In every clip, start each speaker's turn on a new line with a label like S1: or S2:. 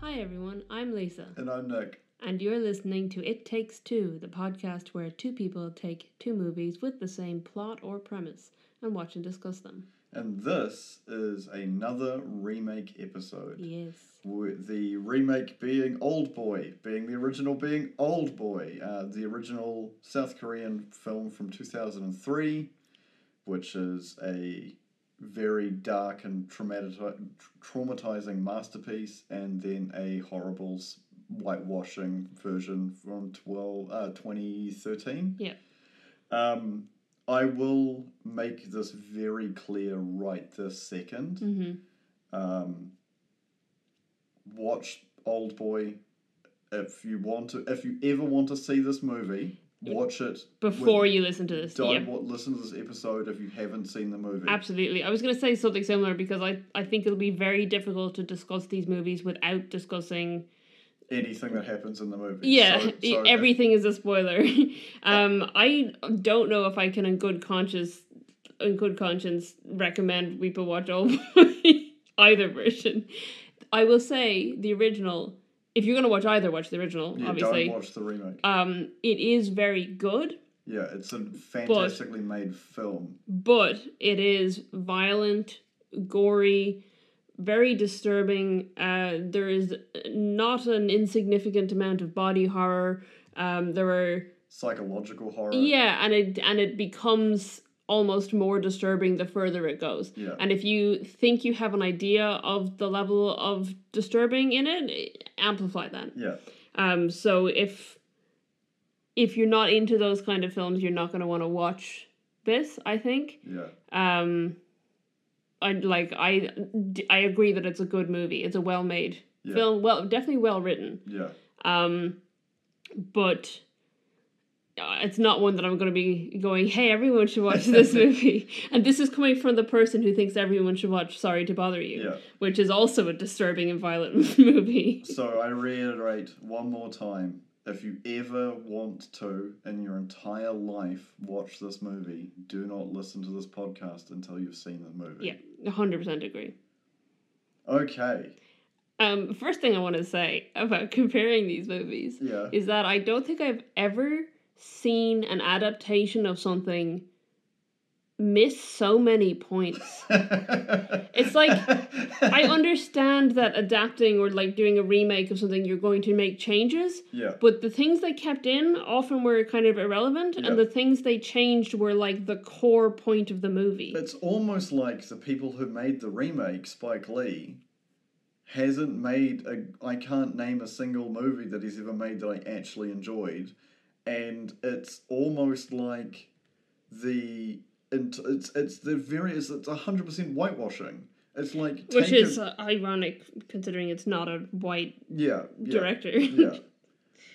S1: Hi everyone, I'm Lisa,
S2: And I'm Nick.
S1: and you're listening to It Takes Two, the podcast where two people take two movies with the same plot or premise and watch and discuss them.
S2: And this is another remake episode.
S1: Yes.
S2: With the remake being Old Boy, being the original being Old Boy, uh, the original South Korean film from 2003, which is a very dark and traumati- traumatizing masterpiece, and then a horrible s- whitewashing version from 12, uh, 2013.
S1: Yeah.
S2: Um, I will make this very clear right this second
S1: hmm
S2: um, watch Old Boy if you want to. If you ever want to see this movie, watch it
S1: Before
S2: with-
S1: you listen to this.
S2: Don't
S1: yeah.
S2: wa- listen to this episode if you haven't seen the movie.
S1: Absolutely. I was going to say something similar because I, I think it'll be very difficult to discuss these movies without discussing
S2: Anything that happens in the movie.
S1: Yeah, e,
S2: So- so if-
S1: everything is a spoiler. um, I don't know if I can, in good conscience, in good conscience, recommend people watch all either version. I will say the original. If you're going to watch either, watch the original.
S2: yeah,
S1: obviously,
S2: don't watch the remake.
S1: um, it is very good,
S2: yeah, it's a fantastically made film.
S1: but it is violent, gory. Very disturbing. Uh, there is not an insignificant amount of body horror. Um, there are
S2: Psychological horror.
S1: Yeah, and it and it becomes almost more disturbing the further it goes.
S2: Yeah.
S1: And if you think you have an idea of the level of disturbing in it, amplify that.
S2: Yeah.
S1: Um so if if you're not into those kind of films, you're not going to want to watch this, I think.
S2: Yeah.
S1: Um I like I I agree that it's a good movie. It's a well-made
S2: Yeah.
S1: film, well definitely well written.
S2: Yeah.
S1: Um, but uh, it's not one that I'm going to be going, hey, everyone should watch this movie. And this is coming from the person who thinks everyone should watch Sorry to Bother You,
S2: Yeah.
S1: which is also a disturbing and violent movie.
S2: So I reiterate one more time. If you ever want to, in your entire life, watch this movie, do not listen to this podcast until you've seen the movie.
S1: Yeah, 100% agree.
S2: Okay.
S1: Um, first thing I want to say about comparing these movies
S2: Yeah.
S1: is that I don't think I've ever seen an adaptation of something miss so many points.
S2: it's
S1: like, I
S2: I
S1: understand that adapting or like doing a remake of something, you're going to make changes,
S2: yeah.
S1: but the things they kept in often were kind of irrelevant,
S2: Yeah.
S1: and the things they changed were like the core point of the movie.
S2: It's almost like the people who made the remake, Spike Lee, hasn't made a. I can't name a single movie that he's ever made that I actually enjoyed, and it's almost like the. int- It's it's the very it's it's hundred percent whitewashing. It's like
S1: which
S2: take
S1: is
S2: a-
S1: uh, ironic considering it's not a white
S2: yeah, yeah
S1: director.
S2: yeah.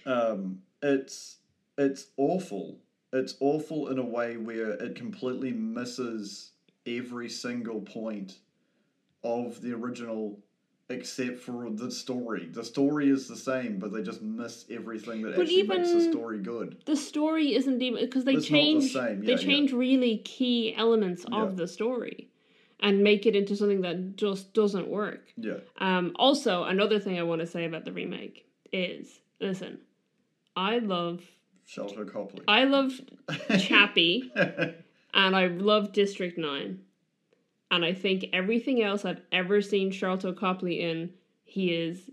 S2: Um, it's it's awful. It's awful in a way where it completely misses every single point of the original except for the story. The story is the same, but they just miss everything that
S1: But
S2: actually makes the
S1: even-
S2: story good.
S1: the story isn't even because they
S2: It's not the
S1: change
S2: same,
S1: they
S2: yeah, yeah.
S1: change really key elements
S2: Yeah.
S1: of the story and make it into something that just doesn't work.
S2: Yeah.
S1: Um, also, another thing I want to say about the remake is, listen, I love,
S2: Shelter Copley.
S1: I love Chappie, and I love District Nine, and I think everything else I've ever seen Charlton Copley in, he is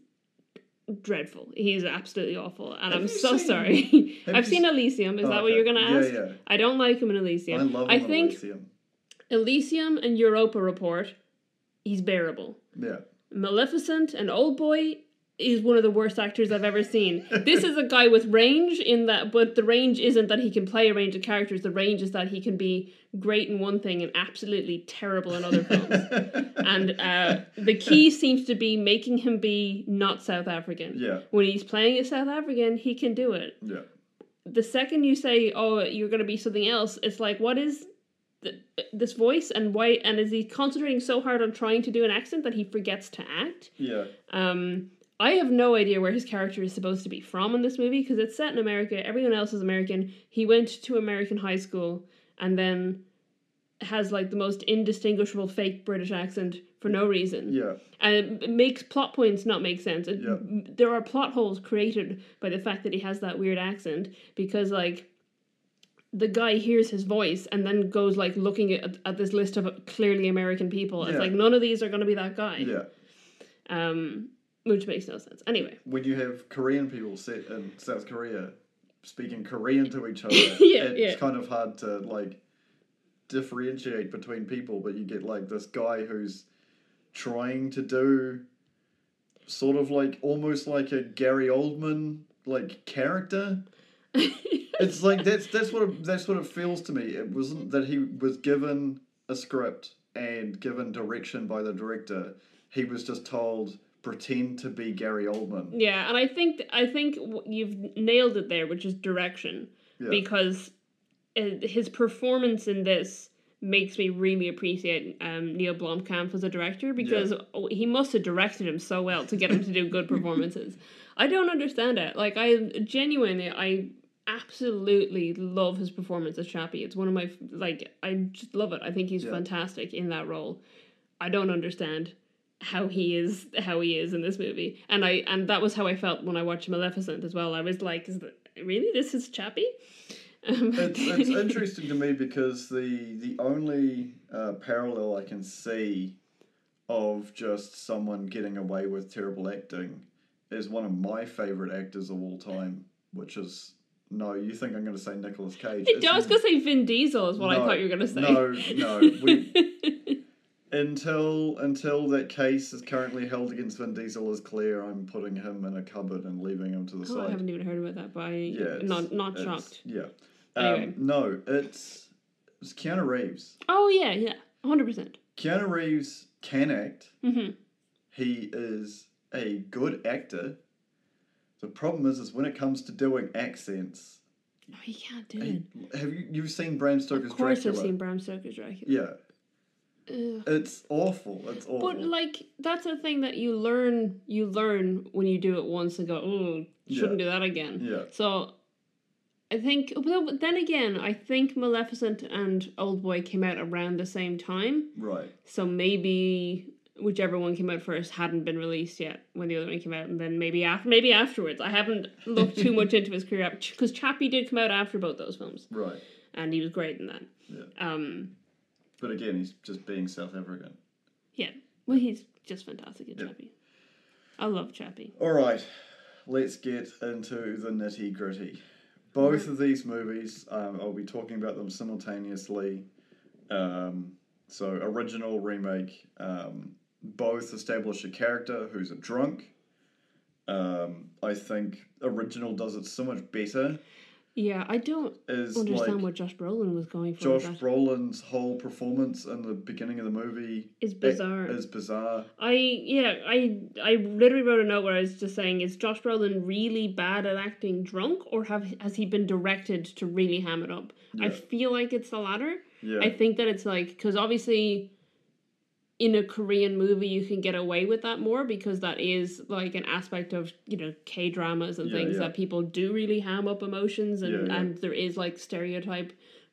S1: dreadful. He's absolutely awful, and
S2: Have
S1: I'm
S2: you
S1: so
S2: seen-
S1: sorry.
S2: have
S1: I've
S2: you
S1: seen
S2: s-
S1: Elysium. Is
S2: Oh,
S1: that what
S2: okay.
S1: you're gonna ask?
S2: Yeah, yeah.
S1: I don't like him in
S2: I
S1: Elysium.
S2: love
S1: I
S2: him in
S1: think
S2: Elysium.
S1: Elysium and Europa Report, he's bearable.
S2: Yeah.
S1: Maleficent and Old Boy is one of the worst actors I've ever seen. this is a guy with range in that, but the range isn't that he can play a range of characters. The range is that he can be great in one thing and absolutely terrible in other films. and uh, the key seems to be making him be not South African.
S2: Yeah.
S1: When he's playing a South African, he can do it.
S2: Yeah.
S1: The second you say, "Oh, you're going to be something else," it's like, what is th- this voice and why? And is he concentrating so hard on trying to do an accent that he forgets to act?
S2: Yeah.
S1: Um, I have no idea where his character is supposed to be from in this movie because it's set in America. Everyone else is American. He went to American high school and then has like the most indistinguishable fake British accent for no reason.
S2: Yeah.
S1: And it, it makes plot points not make sense. It,
S2: Yeah.
S1: There are plot holes created by the fact that he has that weird accent because like the guy hears his voice and then goes like looking at, at this list of clearly American people. It's
S2: Yeah.
S1: like none of these are going to be that guy.
S2: Yeah.
S1: Um, which makes no sense. Anyway.
S2: When you have Korean people set in South Korea speaking Korean to each other,
S1: Yeah,
S2: it's
S1: yeah.
S2: kind of hard to like differentiate between people, but you get like this guy who's trying to do sort of like almost like a Gary Oldman like character. it's like that's that's what it, that's what it feels to me. It wasn't that he was given a script and given direction by the director. He was just told pretend to be Gary Oldman.
S1: Yeah, and I think I think w- you've nailed it there, which is direction,
S2: Yeah.
S1: because uh, his performance in this makes me really appreciate um, Neil Blomkamp as a director because oh, he must have directed him so well to get him to do good performances. I don't understand it. Like I genuinely, I absolutely love his performance as Chappie. It's one of my f- like I just love it. I think he's
S2: Yeah.
S1: fantastic in that role. I don't understand how he is how he is in this movie and i and that was how i felt when i watched maleficent as well i was like is that, really this is chappie um,
S2: it's, it's interesting to me because the the only uh, parallel I can see of just someone getting away with terrible acting is one of my favorite actors of all time, which is no. You think I'm going to say Nicolas Cage? It's
S1: i was gonna say vin diesel is what i
S2: No,
S1: thought you were gonna say Oh,
S2: No, no. We, until until that case is currently held against Vin Diesel is clear, I'm putting him in a cupboard and leaving him to the
S1: oh, i
S2: side.
S1: haven't even heard about that but i
S2: Yeah, it's-
S1: not not
S2: it's-
S1: shocked
S2: Yeah.
S1: Anyway.
S2: Um, no, it's it's Keanu Reeves.
S1: oh yeah yeah 100%
S2: Keanu Reeves can act.
S1: hmm
S2: He is a good actor. The problem is, is when it comes to doing accents.
S1: no he can't do
S2: he-
S1: it
S2: have you you've seen Bram Stoker's
S1: of course
S2: Dracula?
S1: i've seen bram stoker's dracula
S2: Yeah,
S1: Ugh.
S2: it's awful. It's awful.
S1: But like that's a thing that you learn you learn when you do it once and go, oh, shouldn't do that again.
S2: yeah,
S1: So I think but then again, I think Maleficent and Old Boy came out around the same time.
S2: right.
S1: So maybe whichever one came out first hadn't been released yet when the other one came out and then maybe after maybe afterwards. I haven't looked too much into his career because Chappie did come out after both those films
S2: Right.
S1: and he was great in that.
S2: Yeah.
S1: Um
S2: But again, he's just being South African.
S1: yeah. Well he's just fantastic in
S2: Yeah.
S1: Chappie. I love Chappie.
S2: All right, let's get into the nitty gritty. Both of these movies, um, I'll be talking about them simultaneously. Um, so, original, remake, um, both establish a character who's a drunk. Um, I think original does it so much better.
S1: Yeah, I don't
S2: Is
S1: understand
S2: like
S1: what Josh Brolin was going for.
S2: Josh
S1: with that.
S2: Brolin's whole performance in the beginning of the movie
S1: It's bizarre.
S2: is bizarre.
S1: I yeah, I I literally wrote a note where I was just saying, is Josh Brolin really bad at acting drunk, or have has he been directed to really ham it up? I
S2: Yeah.
S1: feel like it's the latter.
S2: Yeah,
S1: I think that it's like because obviously, in a Korean movie, you can get away with that more because that is like an aspect of you know K dramas and
S2: Yeah,
S1: things
S2: yeah.
S1: that people do really ham up emotions and
S2: Yeah, yeah.
S1: and there is like stereotype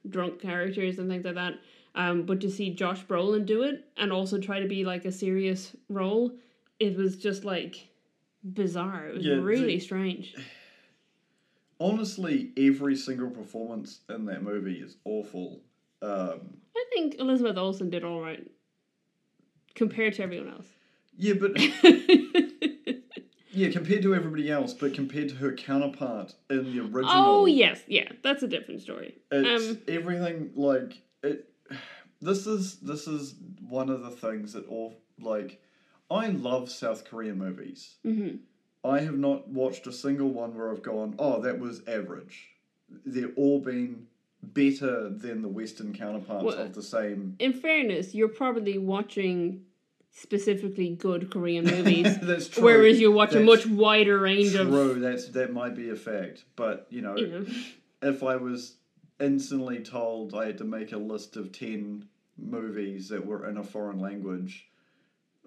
S1: drunk characters and things like that. Um, but to see Josh Brolin do it and also try to be like a serious role, it was just like bizarre. It was
S2: Yeah, the-
S1: really strange.
S2: honestly, every single performance in that movie is awful. Um,
S1: I think Elizabeth Olsen did all right compared to everyone else.
S2: yeah, but yeah, compared to everybody else, but compared to her counterpart in the original,
S1: Oh yes, yeah, that's a different story.
S2: it's
S1: um,
S2: everything like it. This is this is one of the things that all like. I love South Korean movies.
S1: hmm
S2: I have not watched a single one where I've gone, oh, that was average. They're all been better than the Western counterparts
S1: Well,
S2: of the same.
S1: In fairness, you're probably watching specifically good Korean movies,
S2: That's true.
S1: whereas you watch a
S2: That's
S1: much wider range
S2: True,
S1: of.
S2: that's that might be a fact, but you know,
S1: You know,
S2: if I was instantly told I had to make a list of ten movies that were in a foreign language,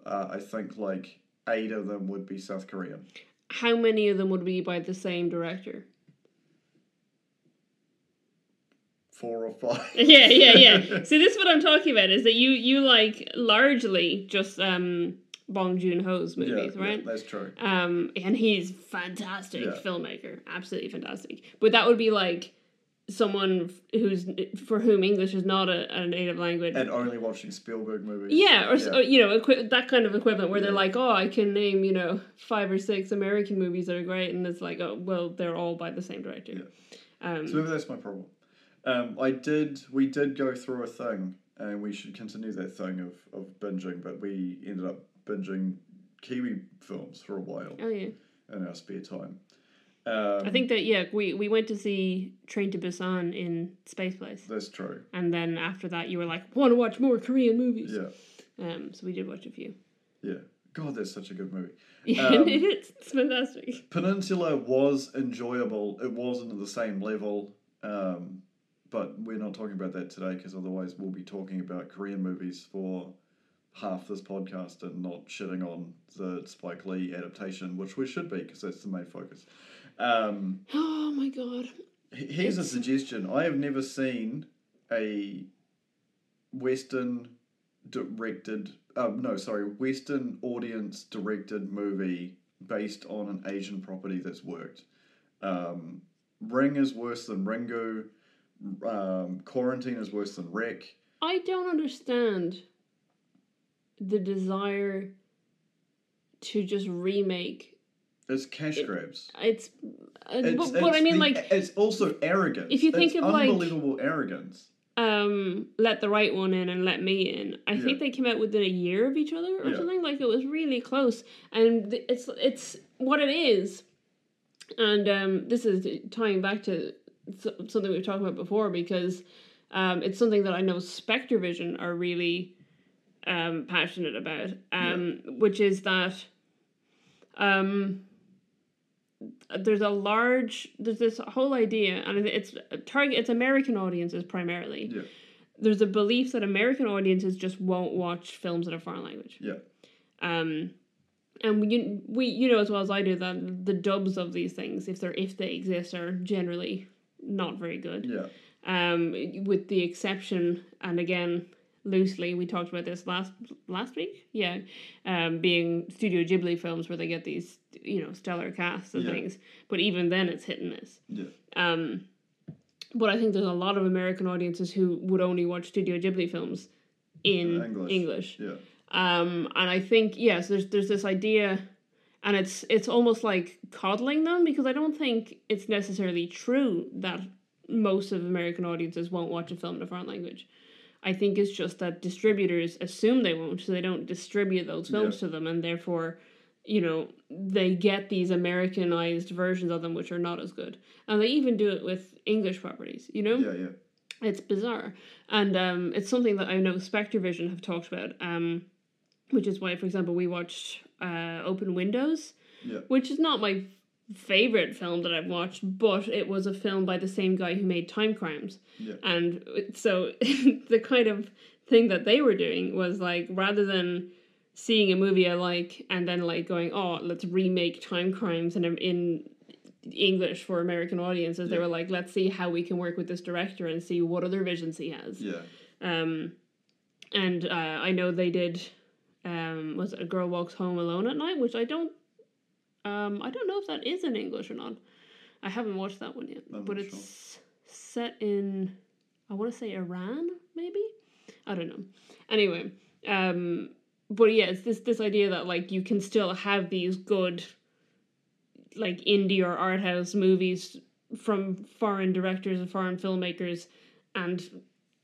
S2: uh, I think like eight of them would be South Korean.
S1: how many of them would be by the same director?
S2: four or five.
S1: yeah, yeah, yeah. See, this is what I'm talking about is that you you like largely just um Bong Joon Ho's
S2: Yeah,
S1: movies,
S2: yeah,
S1: right?
S2: that's true.
S1: Um, and he's fantastic
S2: Yeah.
S1: filmmaker, absolutely fantastic. But that would be like someone who's for whom English is not a, a native language.
S2: And only watching Spielberg movies.
S1: yeah, or s
S2: Yeah.
S1: or, you know equi- that kind of equivalent where they're
S2: Yeah.
S1: like, oh, I can name you know five or six American movies that are great, and it's like, oh, well, they're all by the same director. Um,
S2: So maybe that's my problem. Um, I did. We did go through a thing, and we should continue that thing of, of binging. But we ended up binging Kiwi films for a while
S1: oh yeah,
S2: in our spare time. Um,
S1: I think that yeah, we we went to see Train to Busan in Space Place,
S2: that's true.
S1: and then after that, you were like, want to watch more Korean movies.
S2: Yeah,
S1: Um, so we did watch a few.
S2: yeah. God, that's such a good movie.
S1: Yeah,
S2: Um,
S1: it is. It's fantastic.
S2: Peninsula was enjoyable. It wasn't at the same level, um, but we're not talking about that today because otherwise we'll be talking about Korean movies for half this podcast and not shitting on the Spike Lee adaptation, which we should be because that's the main focus. Um,
S1: Oh my god.
S2: h- here's a
S1: It's-
S2: suggestion: I have never seen a Western directed, um, no, sorry, Western audience directed movie based on an Asian property that's worked. Um, Ring is worse than Ringo. Um, Quarantine is worse than Wreck.
S1: I don't understand the desire to just remake.
S2: It's cash
S1: It-
S2: grabs.
S1: It's, uh,
S2: It's,
S1: but, but I
S2: it's
S1: mean,
S2: the-
S1: like,
S2: it's also arrogance.
S1: if you think
S2: It's
S1: of, like-
S2: unbelievable arrogance.
S1: um, let the right one in and let me in. I
S2: Yeah.
S1: think they came out within a year of each other or
S2: Yeah.
S1: something. Like it was really close, and th- it's it's what it is. And um, this is tying back to so- something we've talked about before because um, it's something that I know Spectrovision are really um, passionate about, um, which is that um, there's a large there's this whole idea, and it's target it's American audiences primarily
S2: Yeah,
S1: there's a belief that American audiences just won't watch films in a foreign language.
S2: yeah,
S1: Um, and we, we you know as well as I do that the dubs of these things, if they're if they exist, are generally not very good.
S2: yeah,
S1: Um, with the exception, and again loosely, we talked about this last last week. Yeah, um, being Studio Ghibli films where they get these you know stellar casts and
S2: Yeah.
S1: things, but even then it's hit and miss.
S2: yeah.
S1: Um, but I think there's a lot of American audiences who would only watch Studio Ghibli films in
S2: English.
S1: English.
S2: Yeah,
S1: Um, and I think yes, there's there's this idea, and it's it's almost like coddling them because I don't think it's necessarily true that most of American audiences won't watch a film in a foreign language. I think it's just that distributors assume they won't, so they don't distribute those films to them, and therefore, you know, they get these Americanized versions of them, which are not as good. And they even do it with English properties, you know?
S2: yeah, yeah.
S1: It's bizarre. And um, it's something that I know Spectrovision have talked about, um, which is why, for example, we watched uh, Open Windows,
S2: Yeah.
S1: which is not my favorite film that I've watched, but it was a film by the same guy who made Time Crimes.
S2: Yeah.
S1: And it- so the kind of thing that they were doing was like, rather than seeing a movie I like and then like going, oh, let's remake Time Crimes in, in English for American audiences, they
S2: Yeah.
S1: were like, let's see how we can work with this director and see what other visions he has.
S2: Yeah,
S1: Um, and uh, I know they did. Um, was it a girl walks home alone at night? Which I don't. Um, I don't know if that is in English or not. I haven't watched that one yet,
S2: I'm
S1: but
S2: not
S1: it's set in. I want to say Iran, maybe. I don't know. Anyway, um, but yeah, it's this this idea that like you can still have these good, like indie or art house movies from foreign directors and foreign filmmakers, and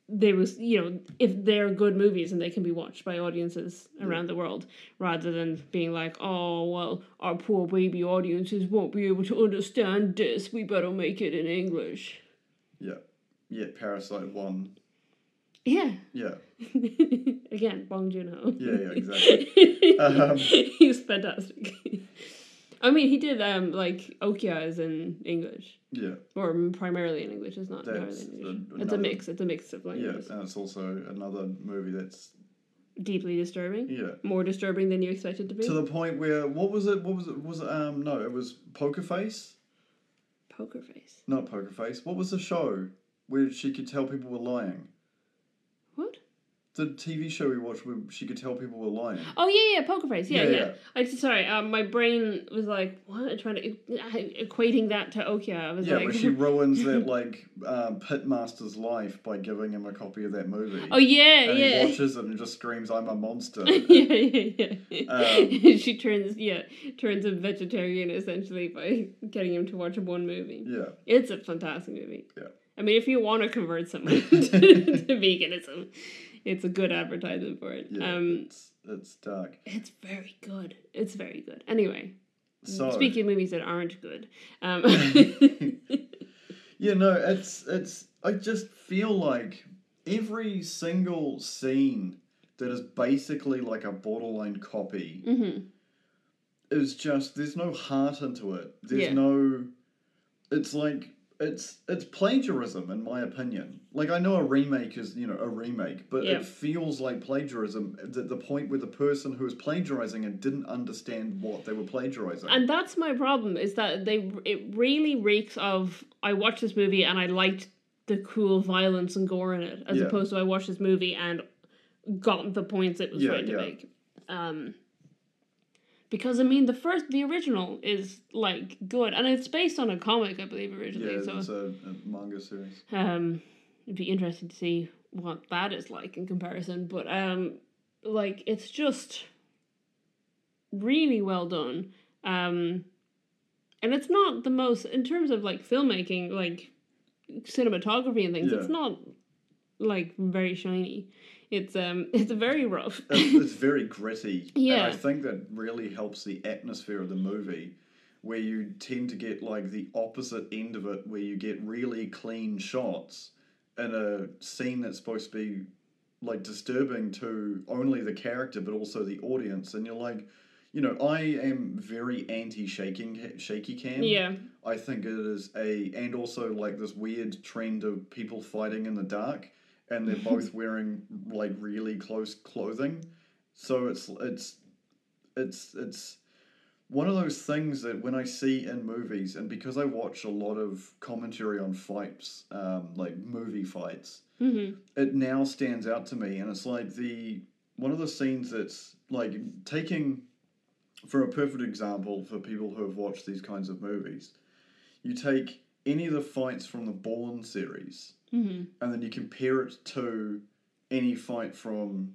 S1: they was you know if they're good movies and they can be watched by audiences around the world rather than being like oh well our poor baby audiences won't be able to understand this we better make it in english
S2: yeah. Yeah, Parasite won.
S1: yeah
S2: Yeah,
S1: again bong joon-ho
S2: yeah, yeah, exactly. Um,
S1: he's fantastic i mean he did um like okia is in english
S2: Yeah,
S1: or primarily in english it's not entirely
S2: That's
S1: in english
S2: an-
S1: it's a
S2: another-
S1: mix it's a mix of
S2: yeah,
S1: languages
S2: and it's also another movie that's
S1: deeply disturbing
S2: yeah
S1: more disturbing than you expected to be
S2: to the point where what was it? What was it? Was it, um no? It was Poker Face.
S1: poker face
S2: Not Poker Face. What was the show? where she could tell people were lying.
S1: What?
S2: The TV show we watched where she could tell people were lying.
S1: Oh yeah, yeah, Poker Face. Yeah,
S2: Yeah,
S1: yeah.
S2: yeah.
S1: I just sorry. Um, my brain was like, what? I'm trying to e-, equating that to Okia. I was
S2: Yeah,
S1: like,
S2: where she ruins that like uh, pitmaster's life by giving him a copy of that movie.
S1: oh yeah,
S2: and
S1: yeah.
S2: he watches it and just screams, "I'm a monster."
S1: yeah, yeah, yeah.
S2: Um,
S1: she turns yeah turns a vegetarian essentially by getting him to watch one movie.
S2: yeah,
S1: It's a fantastic movie.
S2: Yeah.
S1: I mean, if you want to convert someone to, to veganism, it's a good advertisement for it.
S2: yeah.
S1: Um,
S2: it's it's dark.
S1: it's very good. It's very good. Anyway,
S2: So
S1: speaking of movies that aren't good, um,
S2: Yeah, no, it's it's. I just feel like every single scene that is basically like a borderline copy
S1: mhm.
S2: is just there's no heart into it. There's
S1: Yeah.
S2: no. It's like it's it's plagiarism in my opinion. Like I know a remake is you know a remake, but
S1: Yeah.
S2: it feels like plagiarism at the- the point where the person who is plagiarizing it didn't understand what they were plagiarizing.
S1: and that's my problem is that they it really reeks of I watched this movie and I liked the cool violence and gore in it, as
S2: Yeah.
S1: opposed to I watched this movie and got the points it was
S2: Yeah,
S1: trying to
S2: yeah.
S1: make. Um, because I mean, the first the original is like good, and it's based on a comic, I believe, originally.
S2: yeah,
S1: so
S2: it's a, a manga series.
S1: Um, it'd be interesting to see what that is like in comparison, but um, like it's just really well done. Um, and it's not the most in terms of like filmmaking, like cinematography and things.
S2: Yeah.
S1: It's not like very shiny. It's um, it's very rough.
S2: it's, it's very gritty.
S1: Yeah.
S2: And I think that really helps the atmosphere of the movie, where you tend to get like the opposite end of it, where you get really clean shots in a scene that's supposed to be like disturbing to only the character but also the audience, and you're like. You know, I am very anti shaking shaky cam.
S1: yeah,
S2: I think it is a and also like this weird trend of people fighting in the dark and they're both wearing like really close clothing. So it's it's it's it's one of those things that when I see in movies and because I watch a lot of commentary on fights, um, like movie fights,
S1: hmm
S2: it now stands out to me and it's like the one of the scenes that's like taking for a perfect example for people who have watched these kinds of movies you take any of the fights from the bourne series
S1: hmm
S2: and then you compare it to any fight from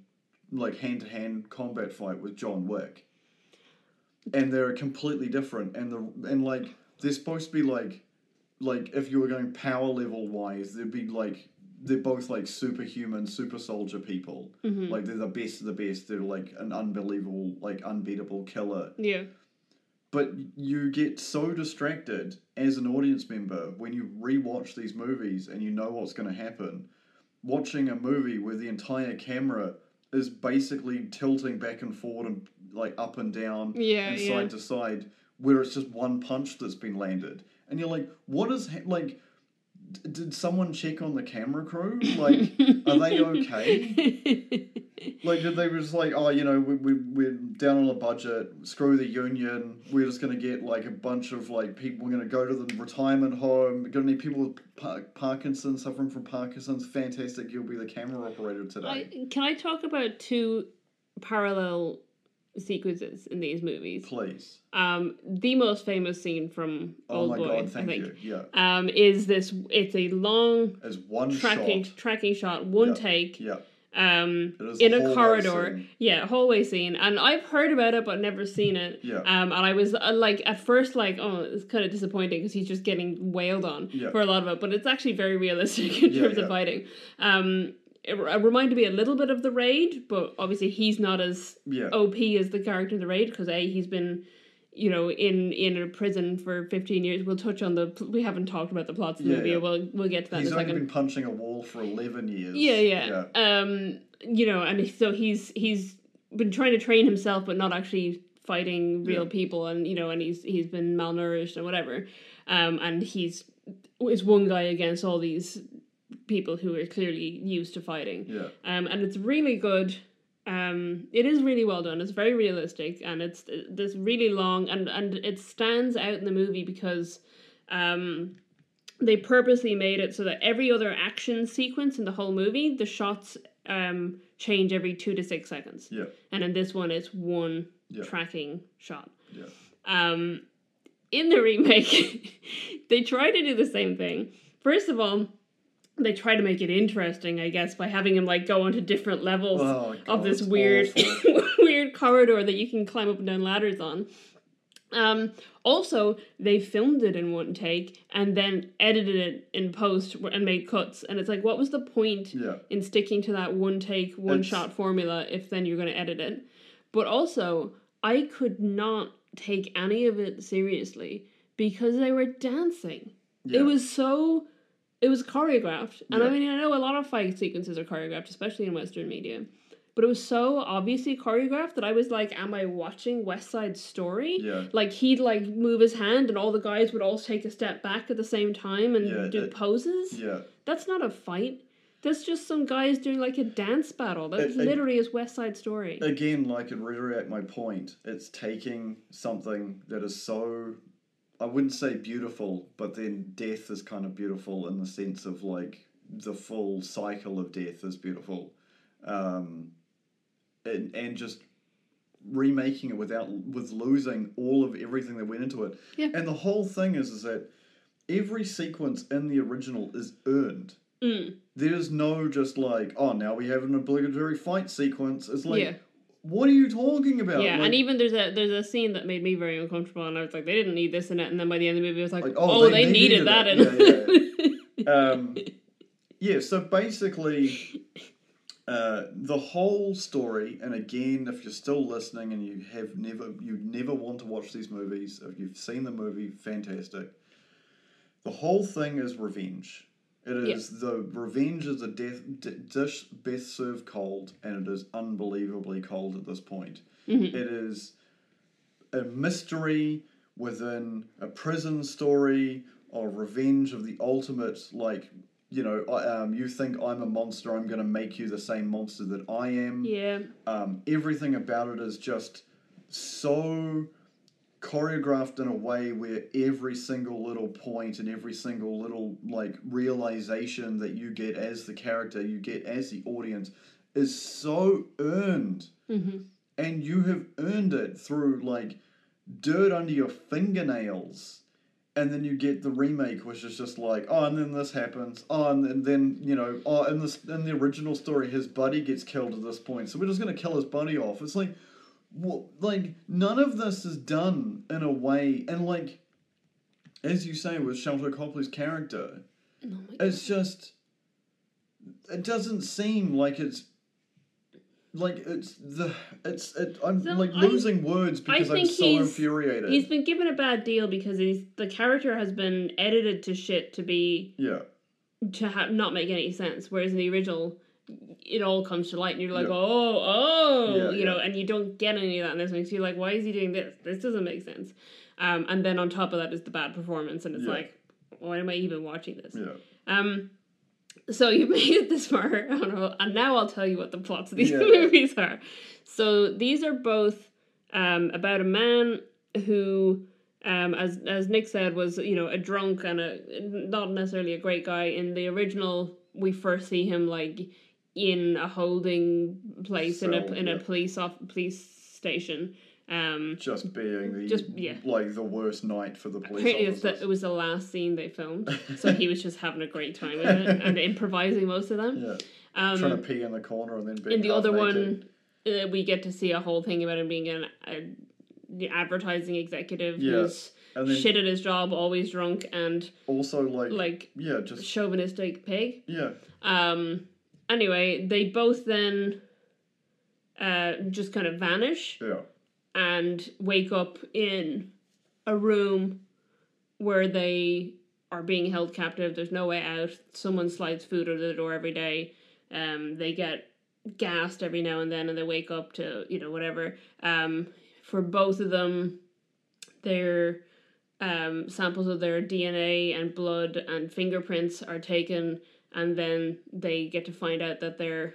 S2: like hand-to-hand combat fight with john wick and they're completely different and the and like they're supposed to be like like if you were going power level wise they'd be like they're both like superhuman super soldier people
S1: hmm
S2: like they're the best of the best they're like an unbelievable like unbeatable killer
S1: yeah,
S2: but you get so distracted as an audience member when you rewatch these movies and you know what's going to happen. Watching a movie where the entire camera is basically tilting back and forward and like up and down
S1: yeah,
S2: and
S1: yeah.
S2: side to side, where it's just one punch that's been landed, and you're like, what is ha- like? D- did someone check on the camera crew? Like, are they okay? Like they were just like, oh, you know, we, we, we're down on a budget, screw the union, we're just going to get like a bunch of like people, we're going to go to the retirement home, we're going to need people with par- Parkinson's, suffering from Parkinson's, fantastic, you'll be the camera operator today.
S1: I, can I talk about two parallel sequences in these movies?
S2: Please.
S1: Um, the most famous scene from
S2: Oh
S1: Old
S2: my
S1: Boy,
S2: god,
S1: I
S2: thank
S1: think,
S2: you. Yeah,
S1: um, is this. It's a long
S2: as one
S1: tracking
S2: shot.
S1: tracking shot, one
S2: Yeah.
S1: take.
S2: Yeah,
S1: Um,
S2: it is
S1: in a
S2: hallway
S1: corridor,
S2: scene.
S1: yeah, hallway scene, and I've heard about it but never seen it.
S2: Yeah.
S1: Um, and I was uh, like at first like, oh, it's kind of disappointing because he's just getting wailed on
S2: Yeah.
S1: for a lot of it, but it's actually very realistic in
S2: Yeah,
S1: terms
S2: yeah.
S1: of fighting. Um, it, it reminded me a little bit of the raid, but obviously he's not as
S2: yeah.
S1: OP as the character in the raid because a he's been, you know, in in a prison for fifteen years. We'll touch on the pl- we haven't talked about the plots of the
S2: Yeah,
S1: movie.
S2: yeah.
S1: We'll we'll get to that
S2: He's
S1: in a
S2: only
S1: second.
S2: been punching a wall for 11 years.
S1: Yeah, yeah, Um, you know, and so he's he's been trying to train himself, but not actually fighting real
S2: Yeah.
S1: people, and you know, and he's he's been malnourished and whatever. Um, and he's is one guy against all these people who are clearly used to fighting.
S2: Yeah.
S1: Um, and it's really good. Um, it is really well done. It's very realistic, and it's this really long, and and it stands out in the movie because, um, they purposely made it so that every other action sequence in the whole movie, the shots um, change every two to six seconds.
S2: Yeah.
S1: And in this one, it's one
S2: Yeah.
S1: tracking shot.
S2: Yeah.
S1: Um, in the remake, they try to do the same thing. First of all, they try to make it interesting, I guess, by having him like go onto different levels
S2: Oh,
S1: of
S2: God,
S1: this
S2: it's
S1: weird
S2: awful.
S1: weird corridor that you can climb up and down ladders on. Um, also, they filmed it in one take and then edited it in post and made cuts. And it's like, what was the point
S2: yeah.
S1: in sticking to that one take, one
S2: It's-
S1: shot formula if then you're going to edit it? But also, I could not take any of it seriously because they were dancing.
S2: Yeah.
S1: It was so. It was choreographed. And I
S2: Yeah.
S1: mean, I know a lot of fight sequences are choreographed, especially in Western media. But it was so obviously choreographed that I was like, am I watching West Side Story?
S2: yeah.
S1: Like, he'd like move his hand and all the guys would all take a step back at the same time and
S2: Yeah,
S1: do
S2: it-
S1: poses.
S2: Yeah.
S1: That's not a fight. That's just some guys doing like a dance battle. That
S2: It- it-
S1: literally is West Side Story.
S2: Again, I could reiterate my point. It's taking something that is so, I wouldn't say beautiful, but then death is kind of beautiful in the sense of like the full cycle of death is beautiful, um, and and just remaking it without with losing all of everything that went into it.
S1: Yeah.
S2: And the whole thing is is that every sequence in the original is earned.
S1: Mm.
S2: There's no just like, oh, now we have an obligatory fight sequence. It's like,
S1: Yeah.
S2: what are you talking about?
S1: yeah,
S2: Like-
S1: and even there's a there's a scene that made me very uncomfortable, and I was like, they didn't need this in it. And then by the end of the movie, I was like,
S2: Like,
S1: oh, they, needed, that in.
S2: it.
S1: it.
S2: um, yeah, so basically, uh, the whole story, and again, if you're still listening and you have never, you never want to watch these movies, if you've seen the movie, fantastic. The whole thing is revenge. It
S1: Yeah.
S2: is the revenge is a death d- dish best served cold, and it is unbelievably cold at this point.
S1: Mhm.
S2: It is a mystery within a prison story or revenge of the ultimate like you know I- um, you think i'm a monster i'm going to make you the same monster that i am
S1: yeah,
S2: um, everything about it is just so choreographed in a way where every single little point and every single little like realization that you get as the character you get as the audience is so earned
S1: hmm
S2: and you have earned it through like dirt under your fingernails and then you get the remake which is just like oh and then this happens oh and then, then you know oh in this in the original story his buddy gets killed at this point so we're just going to kill his buddy off it's like what like none of this is done in a way and like as you say with Shelter Copley's character
S1: oh my God.
S2: it's just it doesn't seem like it's like it's the it's it, I'm
S1: So
S2: like
S1: I-
S2: losing words because I'm
S1: think
S2: so
S1: he's-
S2: infuriated.
S1: he's been given a bad deal because he's the character has been edited to shit to be
S2: yeah,
S1: to ha- not make any sense. Whereas in the original, it all comes to light, and you're like,
S2: Yeah.
S1: oh, oh,
S2: Yeah,
S1: you
S2: yeah.
S1: know, and you don't get any of that in this one. So you're like, why is he doing this? This doesn't make sense. Um, and then on top of that is the bad performance, and it's
S2: Yeah.
S1: like, why am I even watching this?
S2: yeah,
S1: Um, so you've made it this far, I don't know, and now I'll tell you what the plots of these
S2: Yeah.
S1: movies are. So these are both um, about a man who, um, as as Nick said, was you know a drunk and a not necessarily a great guy. In the original, we first see him like in a holding place in a
S2: Cell,
S1: in a
S2: yeah.
S1: police off police station. Um,
S2: just being the
S1: Just- yeah.
S2: like the worst night for the police
S1: Apparently, it's the, it
S2: officers.
S1: was the last scene they filmed, so he was just having a great time with it and improvising most of them.
S2: yeah, trying to
S1: Um,
S2: pee in the corner and then being
S1: in the
S2: half
S1: other
S2: naked.
S1: one, uh, we get to see a whole thing about him being an a, the advertising executive
S2: Yeah.
S1: who's
S2: and then
S1: shit at his job, always drunk, and
S2: also like,
S1: like
S2: yeah, just
S1: chauvinistic pig.
S2: yeah,
S1: Um, anyway, they both then uh, just kind of vanish
S2: yeah,
S1: and wake up in a room where they are being held captive. There's no way out. Someone slides food under the door every day. Um, they get gassed every now and then, and they wake up to you know whatever. Um, for both of them, their um, samples of their DNA and blood and fingerprints are taken, and then they get to find out that they're,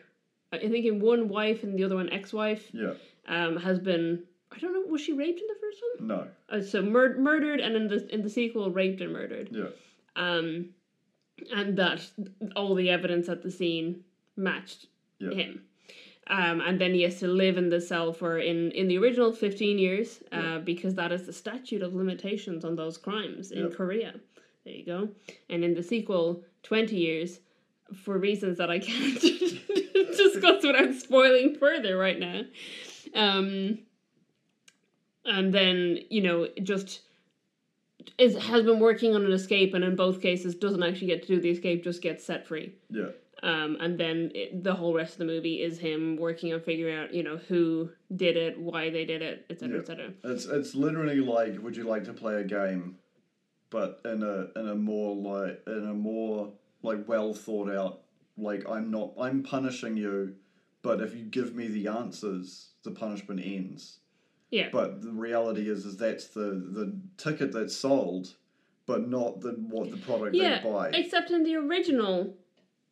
S1: I think, in one wife and the other one ex-wife
S2: yeah,
S1: um, has been I don't know was she raped in the first
S2: no,
S1: one? Uh, so mur- murdered and in the in the sequel raped and murdered.
S2: yeah,
S1: um, and that all the evidence at the scene matched
S2: Yeah.
S1: him. Um, and then he has to live in the cell for in in the original fifteen years, uh,
S2: Yeah.
S1: because that is the statute of limitations on those crimes in
S2: Yeah.
S1: Korea. There you go. And in the sequel, twenty years, for reasons that I can't discuss without spoiling further right now. Um, and then you know just is has been working on an escape, and in both cases doesn't actually get to do the escape, just gets set free.
S2: Yeah.
S1: Um, and then it, the whole rest of the movie is him working on figuring out, you know, who did it, why they did it, etc.,
S2: Yeah.
S1: etc.
S2: It's it's literally like, would you like to play a game, but in a in a more like in a more like well thought out like I'm not I'm punishing you, but if you give me the answers, the punishment ends.
S1: Yeah.
S2: But the reality is, is that's the the ticket that's sold, but not the what the product
S1: Yeah,
S2: they buy.
S1: Except in the original,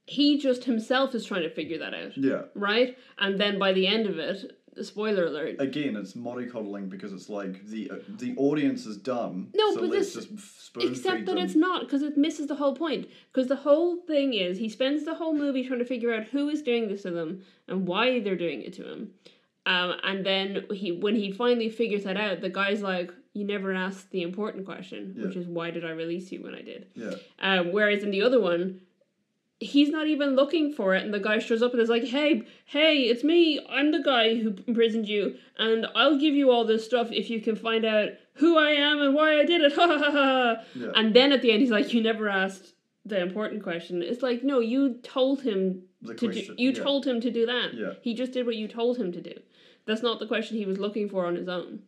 S1: he just himself is trying to figure that out,
S2: yeah.
S1: right? And then by the end of it, spoiler alert.
S2: Again, it's mollycoddling because it's like the the audience is dumb.
S1: No,
S2: so
S1: but
S2: let's
S1: this-
S2: just spoon
S1: Except
S2: feed
S1: that
S2: them.
S1: it's not, because it misses the whole point. Because the whole thing is he spends the whole movie trying to figure out who is doing this to them and why they're doing it to him. Um, and then he, when he finally figures that out, the guy's like, "You never asked the important question, which is why did I release you when I did."
S2: yeah.
S1: Um, whereas in the other one, he's not even looking for it, and the guy shows up and is like, "Hey, hey, it's me. I'm the guy who imprisoned you, and I'll give you all this stuff if you can find out who I am and why I did it." Ha ha ha ha.
S2: Yeah.
S1: And then at the end, he's like, "You never asked the important question." It's like, no, you told him
S2: the
S1: to do,
S2: question.
S1: you
S2: yeah.
S1: told him to do that.
S2: Yeah.
S1: He just did what you told him to do. That's not the question he was looking for on his own.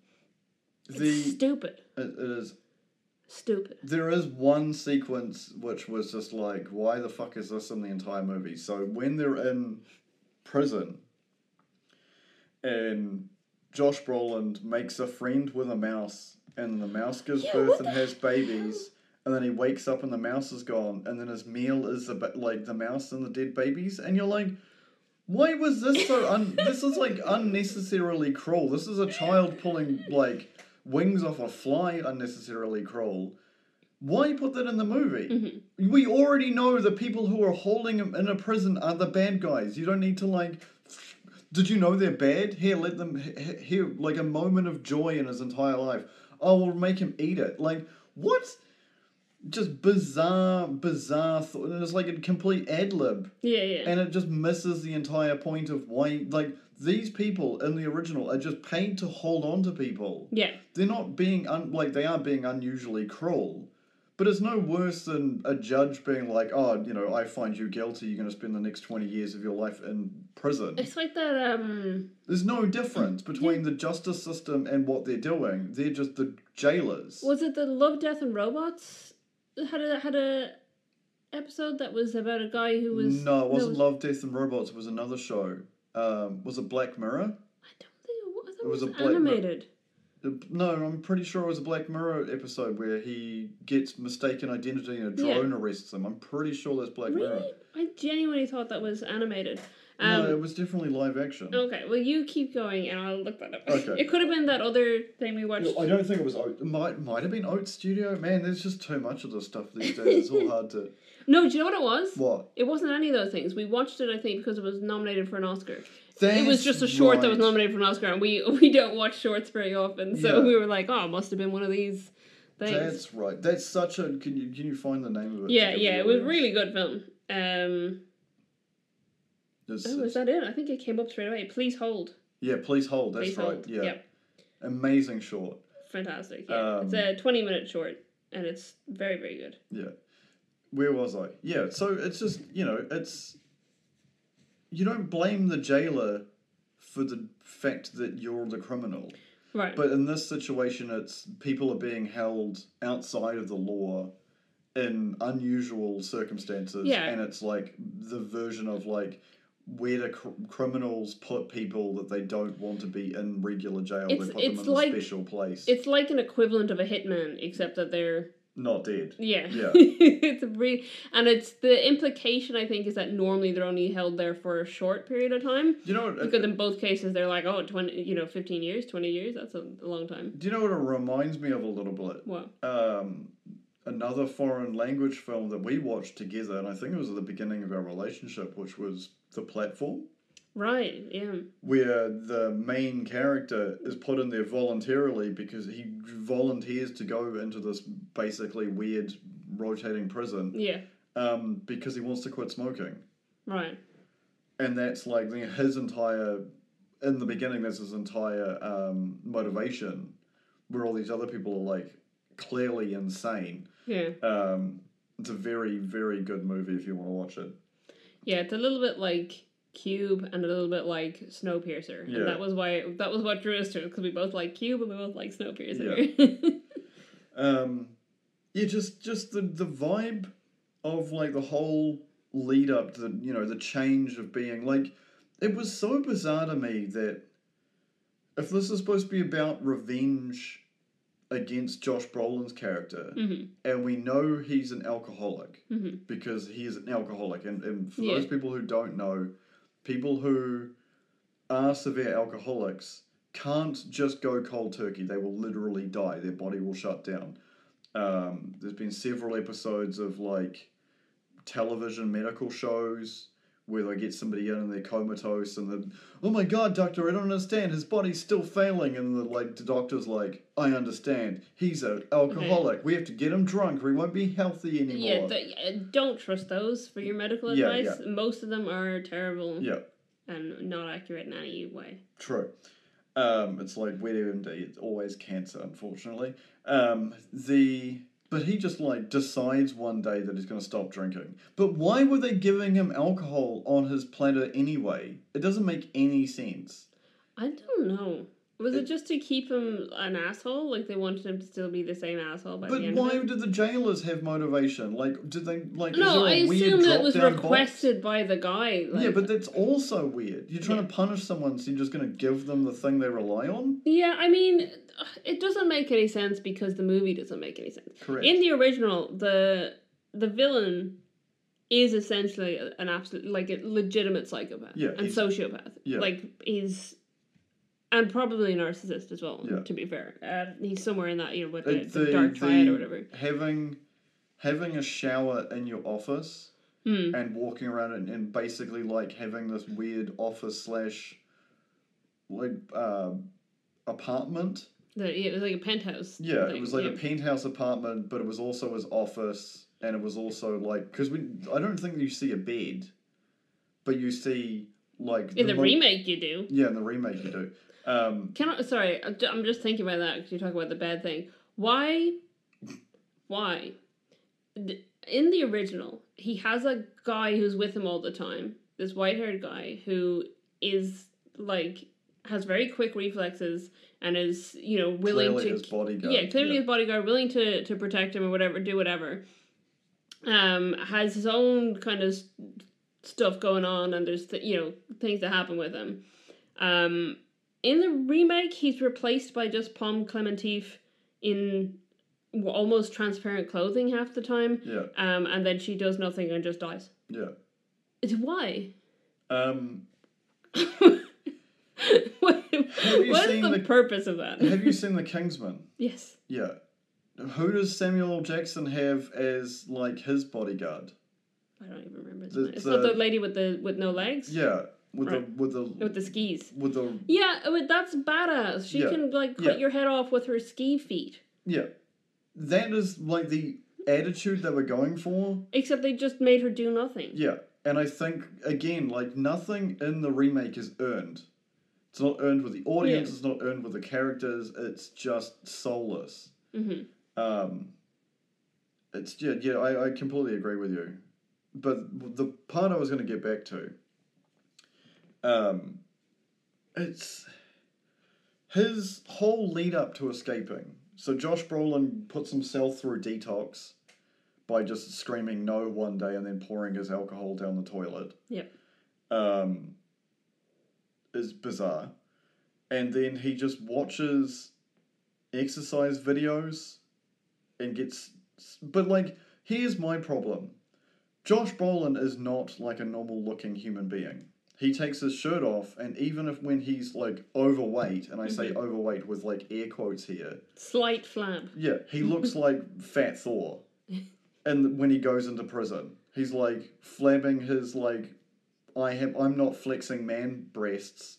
S1: It's
S2: the
S1: stupid,
S2: it it is
S1: stupid.
S2: There is one sequence which was just like, why the fuck is this in the entire movie? So when they're in prison, and Josh Brolin makes a friend with a mouse, and the mouse gives
S1: Yeah,
S2: birth
S1: what
S2: and
S1: the
S2: has babies, and then he wakes up and the mouse is gone, and then his meal is the ba- like the mouse and the dead babies, and you're like. Why was this so un? this is like unnecessarily cruel. This is a child pulling like wings off a fly unnecessarily cruel. Why put that in the movie? We already know the people who are holding him in a prison are the bad guys. You don't need to like. Did you know they're bad? Here, let them he- he- here like a moment of joy in his entire life. Oh, we'll make him eat it. Like what? Just bizarre, bizarre thought, and it's like a complete ad lib
S1: Yeah, yeah.
S2: and it just misses the entire point of why like these people in the original are just paid to hold on to people
S1: yeah.
S2: they're not being un- like they are being unusually cruel but it's no worse than a judge being like oh you know i find you guilty you're going to spend the next 20 years of your life in prison
S1: It's like that um
S2: there's no difference between the justice system and what they're doing they're just the jailers
S1: Was it the Love, Death, and Robots that had a had a episode that was about a guy who was
S2: no it wasn't
S1: it was-
S2: love death and robots it was another show um, was it black mirror
S1: I don't think it was. I thought
S2: It was
S1: it
S2: a
S1: was
S2: black-
S1: animated.
S2: No, I'm pretty sure it was a Black Mirror episode where he gets mistaken identity and a drone arrests him. I'm pretty sure that's Black Mirror.
S1: Really? I genuinely thought that was animated.
S2: no, it
S1: Um,
S2: was definitely live action.
S1: okay, well you keep going and I'll look that up.
S2: Okay.
S1: It could have been that other thing we watched.
S2: I don't think it was Oat. It might might have been Oat Studio. Man, there's just too much of this stuff these days. It's all hard to
S1: No, do you know what it was?
S2: what.
S1: It wasn't any of those things. We watched it, I think, because it was nominated for an Oscar. it
S2: That's
S1: was just a short that was
S2: right.
S1: nominated for an Oscar, and we we don't watch shorts very often, so
S2: Yeah.
S1: we were like, oh, it must have been one of these things.
S2: That's right. That's such a. Can you can you find the name of it?
S1: Yeah,
S2: Give
S1: yeah,
S2: the
S1: it was
S2: audience.
S1: really good film. Um,
S2: It's-
S1: oh,
S2: it's-
S1: is that it? I think it came up straight away. Please hold.
S2: yeah, please hold. That's
S1: Please
S2: right.
S1: hold.
S2: Yeah.
S1: Yep.
S2: amazing short.
S1: fantastic. Yeah, it's
S2: Um,
S1: a twenty-minute short, and it's very, very good.
S2: Yeah. Where was I? Yeah, so it's just, you know, it's. You don't blame the jailer for the fact that you're the criminal.
S1: Right.
S2: But in this situation, it's people are being held outside of the law in unusual circumstances.
S1: Yeah.
S2: And it's like the version of like. Where do cr- criminals put people that they don't want to be in regular jail?
S1: It's-
S2: they put
S1: it's
S2: them in
S1: like-
S2: a special place.
S1: it's like an equivalent of a hitman, except that they're
S2: Not dead.
S1: yeah.
S2: Yeah.
S1: it's a real, and it's the implication I think is that normally they're only held there for a short period of time.
S2: You know what?
S1: Because in both cases, they're like, oh, 20, you know, 15 years, 20 years, that's a, a long time.
S2: do you know what it reminds me of a little bit?
S1: Wow.
S2: um, another foreign language film that we watched together, and I think it was at the beginning of our relationship, which was The Platform,
S1: Right, yeah.
S2: where the main character is put in there voluntarily because he volunteers to go into this basically weird rotating prison
S1: Yeah,
S2: um, because he wants to quit smoking.
S1: right.
S2: and that's like the- his entire in the beginning that's his entire um, motivation where all these other people are like clearly insane
S1: Yeah.
S2: um, it's a very very good movie if you want to watch it
S1: Yeah, it's a little bit like Cube and a little bit like Snowpiercer.
S2: Yeah.
S1: And that was why that was what drew us to it because we both like Cube and we both like Snowpiercer.
S2: um, yeah just just the, the vibe of like the whole lead up to the you know the change of being like it was so bizarre to me that if this is supposed to be about revenge against Josh Brolin's character
S1: mm-hmm.
S2: and we know he's an alcoholic
S1: Mm-hmm.
S2: because he is an alcoholic. And, and for
S1: Yeah.
S2: those people who don't know, people who are severe alcoholics can't just go cold turkey. They will literally die. Their body will shut down. Um, there's been several episodes of like television medical shows where they get somebody in and they're comatose and then, oh my god, doctor, I don't understand. His body's still failing. And the like, the doctor's like, I understand. He's an alcoholic. We have to get him drunk or he won't be healthy anymore.
S1: Yeah, th- uh, don't trust those for your medical
S2: Yeah,
S1: advice. Most of them are terrible
S2: Yeah.
S1: and not accurate in any way.
S2: True. Um, it's like with MD, it's always cancer, unfortunately. Um, the but he just like decides one day that he's going to stop drinking. But why were they giving him alcohol on his platter anyway? It doesn't make any sense.
S1: I don't know. Was it, just to keep him an asshole? Like they wanted him to still be the same asshole by
S2: But
S1: the end
S2: why
S1: of it?
S2: did the jailers have motivation? Like, did they like? is
S1: No,
S2: there
S1: I
S2: a weird
S1: assume that was
S2: drop-down box?
S1: requested by the guy. Like,
S2: yeah, but that's also weird. You're trying
S1: Yeah.
S2: to punish someone, so you're just going to give them the thing they rely on.
S1: Yeah, I mean, it doesn't make any sense because the movie doesn't make any sense.
S2: Correct.
S1: In the original, the the villain is essentially a- an absolute, like a legitimate psychopath
S2: Yeah,
S1: and
S2: he's-
S1: sociopath.
S2: yeah.
S1: Like he's, and probably a narcissist as well.
S2: Yeah.
S1: To be fair, uh, he's somewhere in that you know with the,
S2: It-
S1: the, dark triad or whatever.
S2: Having having a shower in your office
S1: Hmm.
S2: and walking around and, and basically like having this weird office slash like uh, apartment.
S1: The, yeah, it was like a penthouse.
S2: Yeah, it
S1: thing,
S2: was like
S1: yeah.
S2: a penthouse apartment, but it was also his office, and it was also like because we I don't think you see a bed, but you see like
S1: in the
S2: mo-
S1: remake. You do.
S2: Yeah, in the remake you do. Um,
S1: Can I, sorry, I'm ju- I'm just thinking about that because you talk about the bad thing. Why? Why? Th- In the original, he has a guy who's with him all the time. This white haired guy who is like has very quick reflexes and is you know willing
S2: clearly
S1: to
S2: his bodyguard.
S1: yeah, clearly his bodyguard, willing to to protect him or whatever, do whatever. Um, has his own kind of s- stuff going on, and there's th- you know things that happen with him. Um, in the remake, he's replaced by just Pom Clementif in w- almost transparent clothing half the time,
S2: yeah,
S1: um, and then she does nothing and just dies.
S2: yeah.
S1: It's why.
S2: Um,
S1: what
S2: you
S1: what is
S2: seen
S1: the,
S2: the-
S1: purpose of that?
S2: Have you seen The Kingsman?
S1: yes.
S2: Yeah. Who does Samuel L. Jackson have as like his bodyguard?
S1: I don't even remember. His
S2: The-
S1: name. It's not
S2: the-
S1: the lady with the with no legs.
S2: Yeah, with
S1: Right.
S2: the with the
S1: With the skis.
S2: with the
S1: Yeah, I mean, that's badass. She
S2: Yeah.
S1: can like cut
S2: Yeah.
S1: your head off with her ski feet.
S2: yeah. That is like the attitude they were going for.
S1: Except they just made her do nothing.
S2: Yeah, and I think again, like nothing in the remake is earned. It's not earned with the audience. It's not earned with the characters. It's just soulless.
S1: hmm
S2: Um, it's yeah, yeah. I, I completely agree with you, but the part I was going to get back to, um, it's his whole lead up to escaping. So Josh Brolin puts himself through detox by just screaming no one day and then pouring his alcohol down the toilet.
S1: Yep.
S2: Um, is bizarre, and then he just watches exercise videos and gets. But like, here's my problem: Josh Brolin is not like a normal-looking human being. He takes his shirt off, and even if when he's like overweight, and I say overweight with like air quotes here,
S1: Slight flab.
S2: yeah, he looks like Fat Thor. and when he goes into prison, he's like flapping his like, I have I'm not flexing man breasts,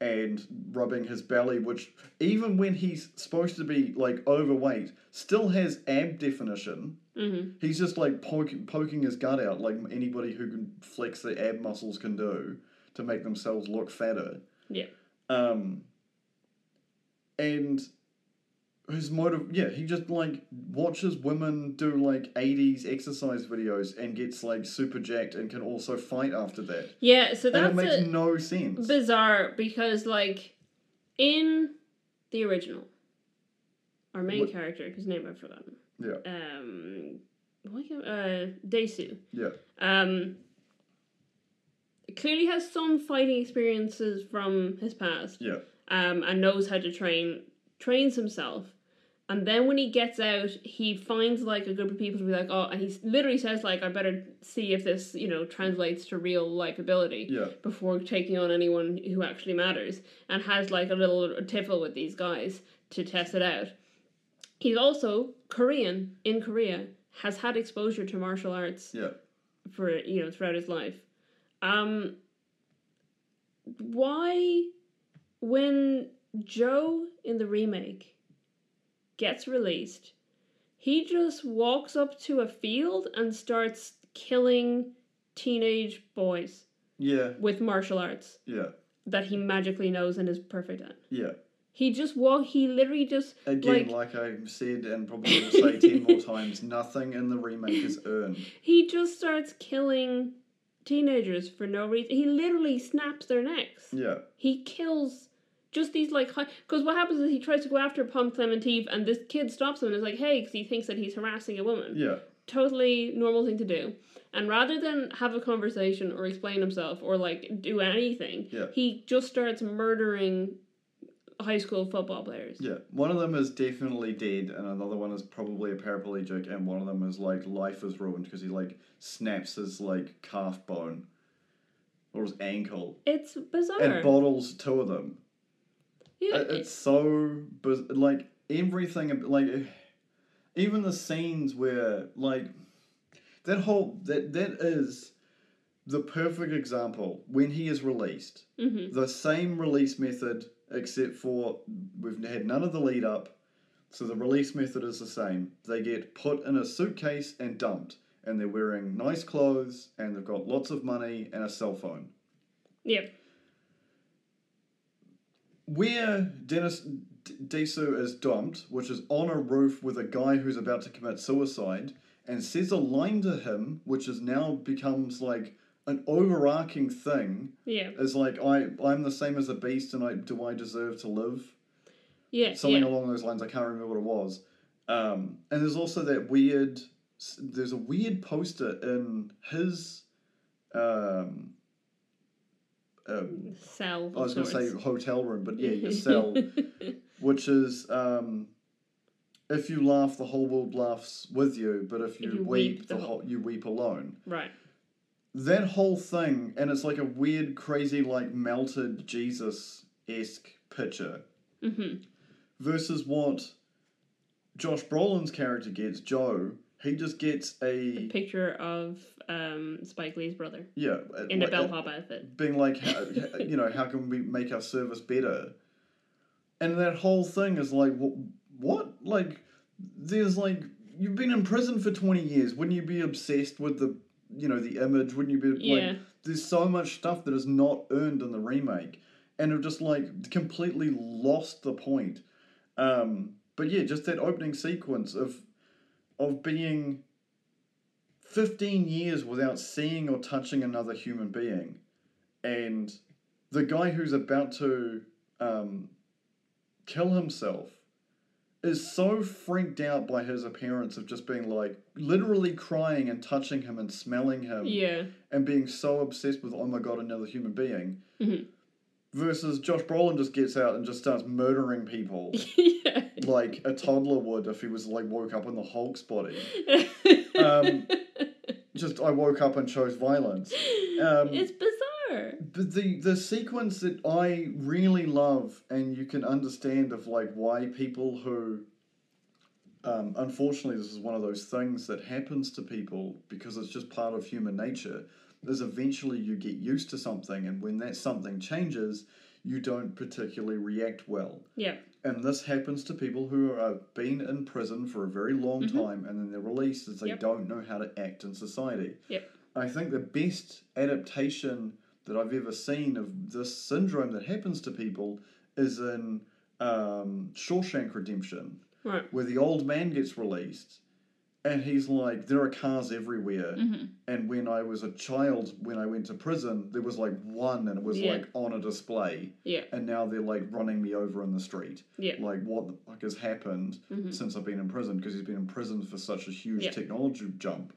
S2: and rubbing his belly, which even when he's supposed to be like overweight, still has ab definition.
S1: Mm-hmm.
S2: He's just like poking poking his gut out, like anybody who can flex their ab muscles can do to make themselves look fatter.
S1: Yeah.
S2: Um. And his motive, yeah, he just like watches women do like eighties exercise videos and gets like super jacked and can also fight after that.
S1: Yeah, so
S2: and it
S1: that's
S2: makes
S1: a-
S2: no sense.
S1: bizarre because, like, in the original, our main
S2: What-
S1: character, whose name I've forgotten,
S2: yeah,
S1: um, what can- uh, Daisu,
S2: yeah,
S1: um, clearly has some fighting experiences from his past,
S2: yeah,
S1: um, and knows how to train, trains himself. And then when he gets out, he finds like a group of people to be like, oh, and he s- literally says like, I better see if this, you know, translates to real life ability
S2: yeah,
S1: before taking on anyone who actually matters and has like a little tiffle with these guys to test it out. He's also Korean in Korea, has had exposure to martial arts
S2: yeah.
S1: for you know throughout his life. Um why when Joe in the remake gets released, he just walks up to a field and starts killing teenage boys
S2: Yeah,
S1: with martial arts
S2: yeah,
S1: that he magically knows and is perfect at.
S2: yeah.
S1: He just walk. He literally just
S2: Again, like, I said, and probably will say ten more times, nothing in the remake is earned.
S1: he just starts killing teenagers for no reason. He literally snaps their necks.
S2: Yeah,
S1: He kills just these like because what happens is he tries to go after Pom Clementine and this kid stops him and is like, hey, because he thinks that he's harassing a woman.
S2: yeah,
S1: totally normal thing to do. And rather than have a conversation or explain himself or like do anything,
S2: Yeah.
S1: he just starts murdering high school football players.
S2: yeah. One of them is definitely dead, and another one is probably a paraplegic, and one of them is like life is ruined because he like snaps his like calf bone or his ankle
S1: It's bizarre.
S2: and bottles two of them.
S1: yeah,
S2: It- It's so biz- like everything ab- like even the scenes where like that whole that that is the perfect example when he is released.
S1: hmm
S2: The same release method except for we've had none of the lead up. So the release method is the same. They get put in a suitcase and dumped and they're wearing nice clothes and they've got lots of money and a cell phone.
S1: yeah,
S2: where Dennis D- Disu is dumped, which is on a roof with a guy who's about to commit suicide, and says a line to him, which is now becomes like an overarching thing.
S1: yeah,
S2: Is like I I'm the same as a beast, and I do I deserve to live?
S1: yeah,
S2: Something
S1: yeah.
S2: along those lines. I can't remember what it was. Um, and there's also that weird. s- There's a weird poster in his. Um, um,
S1: Cell. of
S2: I was going to
S1: sorts.
S2: say hotel room, but yeah, your cell, which is um, if you laugh, the whole world laughs with you, but if you, weep, the whole you weep alone.
S1: right.
S2: That whole thing, and it's like a weird, crazy, like melted Jesus esque picture
S1: hmm
S2: versus what Josh Brolin's character gets. Joe, he just gets a
S1: Picture of um, Spike Lee's brother
S2: yeah
S1: in a
S2: like
S1: bellhop outfit.
S2: being like, how, you know, how can we make our service better? And that whole thing is like, wh- what? Like, there's like, you've been in prison for 20 years. Wouldn't you be obsessed with the, you know, the image? Wouldn't you be
S1: Yeah.
S2: like, there's so much stuff that is not earned in the remake and have just like completely lost the point. Um, but yeah, just that opening sequence of, of being 15 years without seeing or touching another human being and the guy who's about to um, kill himself is so freaked out by his appearance of just being like literally crying and touching him and smelling him
S1: yeah.
S2: and being so obsessed with oh my god another human being
S1: Mhm.
S2: versus Josh Brolin just gets out and just starts murdering people
S1: yeah.
S2: like a toddler would if he was like woke up in the Hulk's body um, just I woke up and chose violence um,
S1: it's bizarre.
S2: But the the sequence that I really love and you can understand of like why people who um, unfortunately, this is one of those things that happens to people because it's just part of human nature. Is eventually you get used to something, and when that something changes, you don't particularly react well.
S1: Yeah.
S2: And this happens to people who have been in prison for a very long time and then they're released as they
S1: Mm-hmm. Yep.
S2: don't know how to act in society.
S1: Yep.
S2: I think the best adaptation that I've ever seen of this syndrome that happens to people is in um, Shawshank Redemption
S1: Right.
S2: where the old man gets released and he's like there are cars everywhere
S1: Mm.
S2: and when i was a child when i went to prison there was like one and it was
S1: Yeah.
S2: like on a display
S1: Yeah.
S2: and now they're like running me over in the street
S1: Yeah. mm-hmm,
S2: like what the fuck has happened since i've been in prison because he's been in prison for such a huge
S1: Hmm. Yeah.
S2: technology jump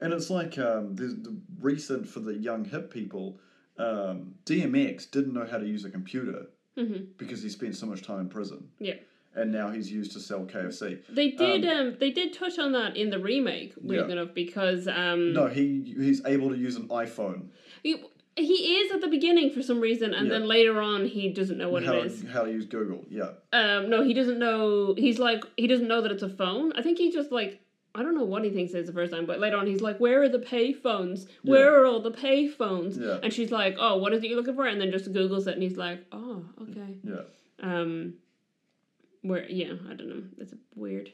S2: and it's like um, there's the recent for the young hip people um, dmx didn't know how to use a computer
S1: Mhm.
S2: because he spent so much time in prison
S1: Yeah.
S2: and now he's used to sell KFC.
S1: They did. Um, they did touch on that in the remake, weird
S2: Yeah.
S1: enough, because um,
S2: No, he he's able to use an iPhone.
S1: he, he is at the beginning for some reason, and
S2: Yeah.
S1: then later on he doesn't know what
S2: how,
S1: it is.
S2: how to use Google? Yeah,
S1: Um, no, he doesn't know. He's like he doesn't know that it's a phone. I think he just like I don't know what he thinks it is the first time, but later on he's like, "Where are the pay phones? Where are all the pay phones?"
S2: Yeah.
S1: And she's like, "Oh, what is it you're looking for?" And then just googles it, and he's like, "Oh, okay."
S2: yeah.
S1: Um, where? Yeah, I don't know. It's weird.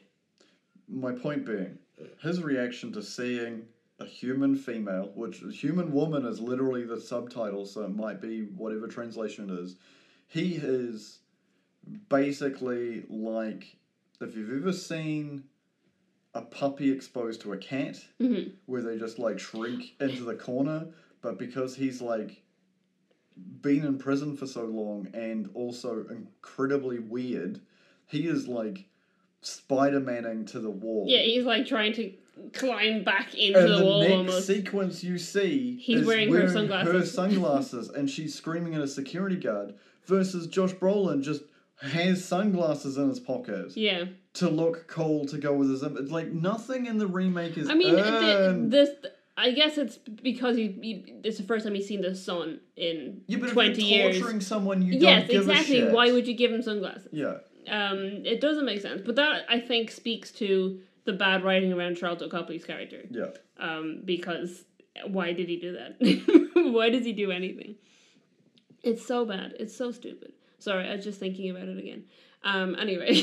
S2: My point being, his reaction to seeing a human female, which human woman is literally the subtitle, so it might be whatever translation it is. He is basically like if you've ever seen a puppy exposed to a cat,
S1: Mhm.
S2: where they just like shrink into the corner, but because he's like been in prison for so long and also incredibly weird, he is like Spider Manning to the wall.
S1: Yeah, he's like trying to climb back into
S2: and
S1: the,
S2: the
S1: wall
S2: next
S1: almost.
S2: sequence you see,
S1: He's
S2: is
S1: wearing her
S2: her
S1: sunglasses.
S2: sunglasses, and she's screaming at a security guard. Versus Josh Brolin just has sunglasses in his pocket
S1: yeah.
S2: to look cool to go with his. It's like nothing in the remake is.
S1: I mean, the,
S2: earned.
S1: this. I guess it's because he, he. It's the first time he's seen the sun in
S2: Yeah, but
S1: twenty
S2: if you're
S1: years.
S2: torturing someone, you
S1: Yes,
S2: don't give a
S1: exactly.
S2: shit.
S1: Why would you give him sunglasses?
S2: Yeah,
S1: Um, it doesn't make sense. But that I think speaks to the bad writing around Charlton Copley's character.
S2: yeah.
S1: Um, because why did he do that? why does he do anything? It's so bad. It's so stupid. Sorry, I was just thinking about it again. Um, anyway,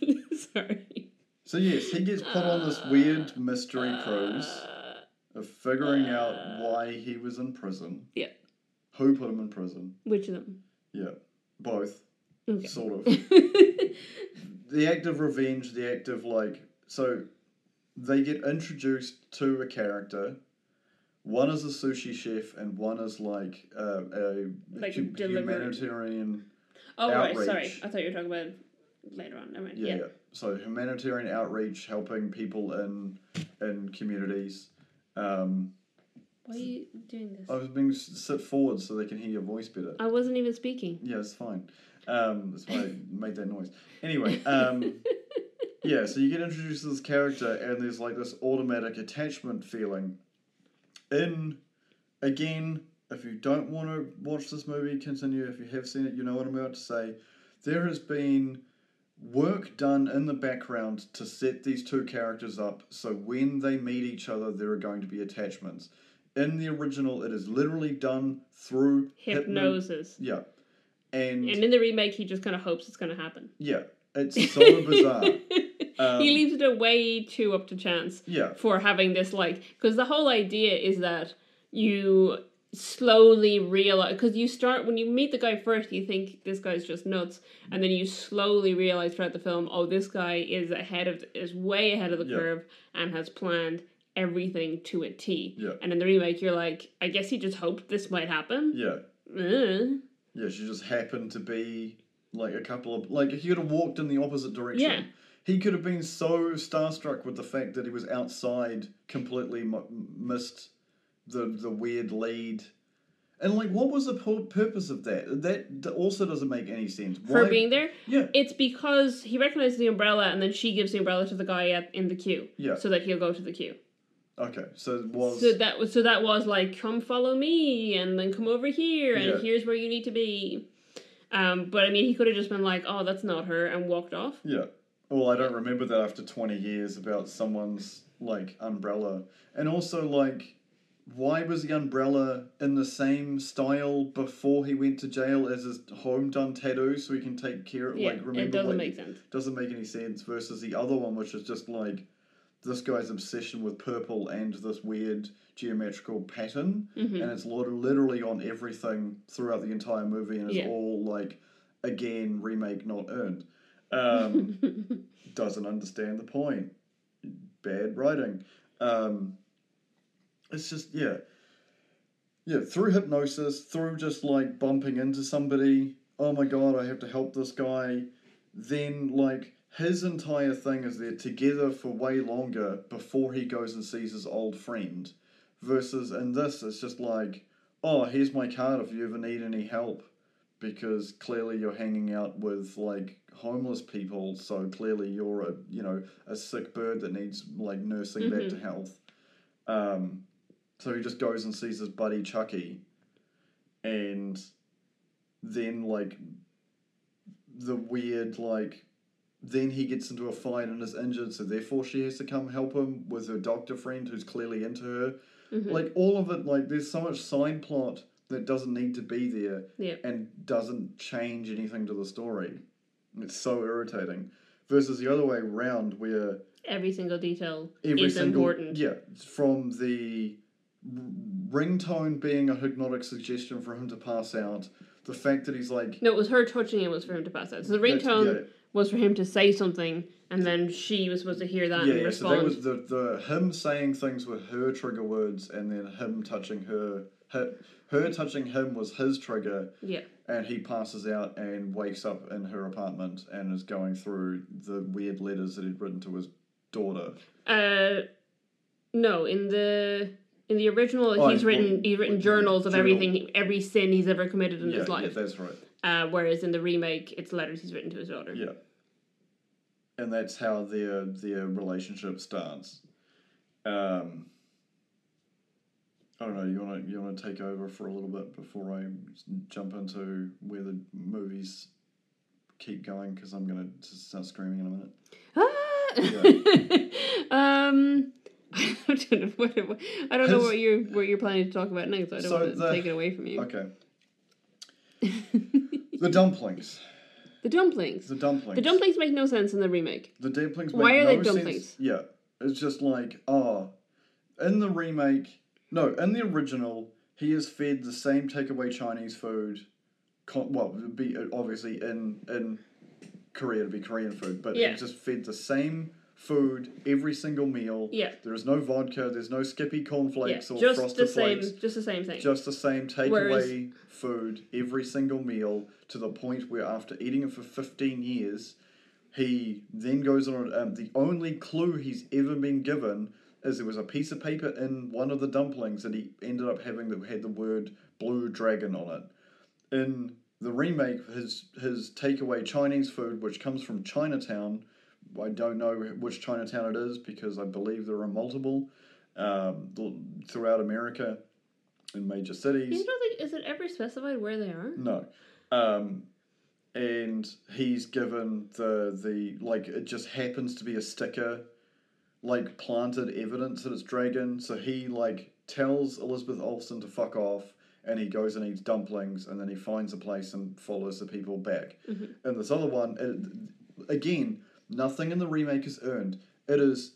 S1: sorry.
S2: So yes, he gets put on this weird mystery cruise
S1: Uh,
S2: of figuring out why he was in prison.
S1: Yeah.
S2: Who put him in prison?
S1: which of them?
S2: Yeah. Both,
S1: Okay.
S2: sort of. the act of revenge, the act of like so they get introduced to a character. One is a sushi chef and one is like uh, a
S1: Like
S2: hu-
S1: delivery.
S2: humanitarian
S1: oh right, sorry.
S2: Outrage.
S1: I thought you were talking about it later on. Never mind.
S2: yeah,
S1: Yeah.
S2: yeah. So humanitarian outreach, helping people in in communities. Um,
S1: Why are you doing this?
S2: I was being s- sit forward so they can hear your voice better.
S1: I wasn't even speaking.
S2: Yeah, it's fine. Um, that's why I made that noise. Anyway, um, yeah. So you get introduced to this character, and there's like this automatic attachment feeling. In again, if you don't want to watch this movie, continue. If you have seen it, you know what I'm about to say. There has been work done in the background to set these two characters up so when they meet each other there are going to be attachments in the original it is literally done through hypno-
S1: Hypnosis.
S2: yeah and,
S1: And in the remake, he just kind of hopes it's going to happen.
S2: yeah it's so bizarre um,
S1: he leaves it way too up to chance
S2: yeah
S1: for having this like because the whole idea is that you slowly realize because you start when you meet the guy first you think this guy's just nuts and then you slowly realize throughout the film oh this guy is ahead of is way ahead of the
S2: Yeah.
S1: curve and has planned everything to a T
S2: Yeah.
S1: and in the remake you're like I guess he just hoped this might happen
S2: yeah
S1: Mm.
S2: yeah she just happened to be like a couple of like he could have walked in the opposite direction
S1: Yeah.
S2: he could have been so starstruck with the fact that he was outside completely m- missed the the weird lead and like what was the pu- purpose of that that d- also doesn't make any sense
S1: for
S2: Why-
S1: being there
S2: yeah
S1: it's because he recognizes the umbrella and then she gives the umbrella to the guy at, in the queue
S2: Yeah.
S1: so that he'll go to the queue
S2: okay so it was
S1: So that was so that was like come follow me and then come over here and
S2: Yeah.
S1: here's where you need to be. Um, but I mean, he could have just been like, "Oh, that's not her," and walked off.
S2: yeah Well, I don't remember that after 20 years about someone's like umbrella. And also like why was the umbrella in the same style before he went to jail as his home done tattoo so he can take care of
S1: Yeah,
S2: like remember
S1: it doesn't
S2: like,
S1: make sense.
S2: doesn't make any sense versus the other one which is just like this guy's obsession with purple and this weird geometrical pattern
S1: Mm-hmm. Hmm.
S2: and it's lit- literally on everything throughout the entire movie and it's
S1: Yeah.
S2: all like again remake not earned um, doesn't understand the point bad writing um, it's just yeah yeah through hypnosis through just like bumping into somebody oh my god i have to help this guy then like his entire thing is they're together for way longer before he goes and sees his old friend versus in this it's just like oh here's my card if you ever need any help because clearly you're hanging out with like homeless people so clearly you're a you know a sick bird that needs like nursing back to health um, so he just goes and sees his buddy chucky and then like the weird like then he gets into a fight and is injured so therefore she has to come help him with her doctor friend who's clearly into her
S1: Hmm. Mm-hmm.
S2: like all of it like there's so much side plot that doesn't need to be there
S1: Yeah.
S2: and doesn't change anything to the story it's so irritating versus the other way round where
S1: Every single detail
S2: every
S1: is
S2: single
S1: important.
S2: yeah from the r- ringtone being a hypnotic suggestion for him to pass out the fact that he's like
S1: No, it was her touching him was for him to pass out. So the
S2: That's-
S1: ringtone
S2: yeah.
S1: was for him to say something, and then she was supposed to hear that
S2: Yeah,
S1: and
S2: yeah, so
S1: respond.
S2: that was the, the him saying things were her trigger words, and then him touching her, her, her touching him was his trigger,
S1: yeah,
S2: and he passes out and wakes up in her apartment and is going through the weird letters that he'd written to his daughter.
S1: uh, no, in the in the original,
S2: Oh,
S1: he's
S2: in-
S1: written he's written journals of
S2: Journal.
S1: everything, every sin he's ever committed in
S2: yeah,
S1: his
S2: yeah,
S1: life.
S2: that's right.
S1: uh, whereas in the remake, it's letters he's written to his daughter.
S2: Yeah, and that's how their their relationship starts. Um, I don't know. You want to you want to take over for a little bit before I s- jump into where the movies keep going because I'm gonna just start screaming in a minute.
S1: Ah! um, I don't know what I don't know what you're what you're planning to talk about next. So I don't
S2: So
S1: want to
S2: the-
S1: take it away from you.
S2: Okay. the dumplings.
S1: The dumplings.
S2: The dumplings.
S1: The dumplings make no sense in the remake.
S2: The dumplings.
S1: Why
S2: make
S1: are they
S2: no sense.
S1: dumplings?
S2: Yeah, it's just like oh, in the remake, no, in the original, he is fed the same takeaway Chinese food. Con- well, it would be uh, obviously in in Korea to be Korean food, but
S1: Yeah.
S2: he's just fed the same food every single meal.
S1: Yeah.
S2: there is no vodka. There's no Skippy
S1: Yeah,
S2: cornflakes or
S1: just the
S2: frosted
S1: same.
S2: flakes.
S1: Just the same thing.
S2: Just the same takeaway
S1: Whereas-
S2: food every single meal to the point where after eating it for 15 years, he then goes on. Um, the only clue he's ever been given is there was a piece of paper in one of the dumplings that he ended up having that had the word blue dragon on it. In the remake, his his takeaway Chinese food, which comes from Chinatown, I don't know which Chinatown it is because I believe there are multiple um, throughout America in major cities.
S1: You don't think is it ever specified where they are?
S2: No. Um, and he's given the the like it just happens to be a sticker, like planted evidence that it's dragon. So he like tells Elizabeth Olsen to fuck off, and he goes and eats dumplings, and then he finds a place and follows the people back. And this other one, it, again, nothing in the remake is earned. It is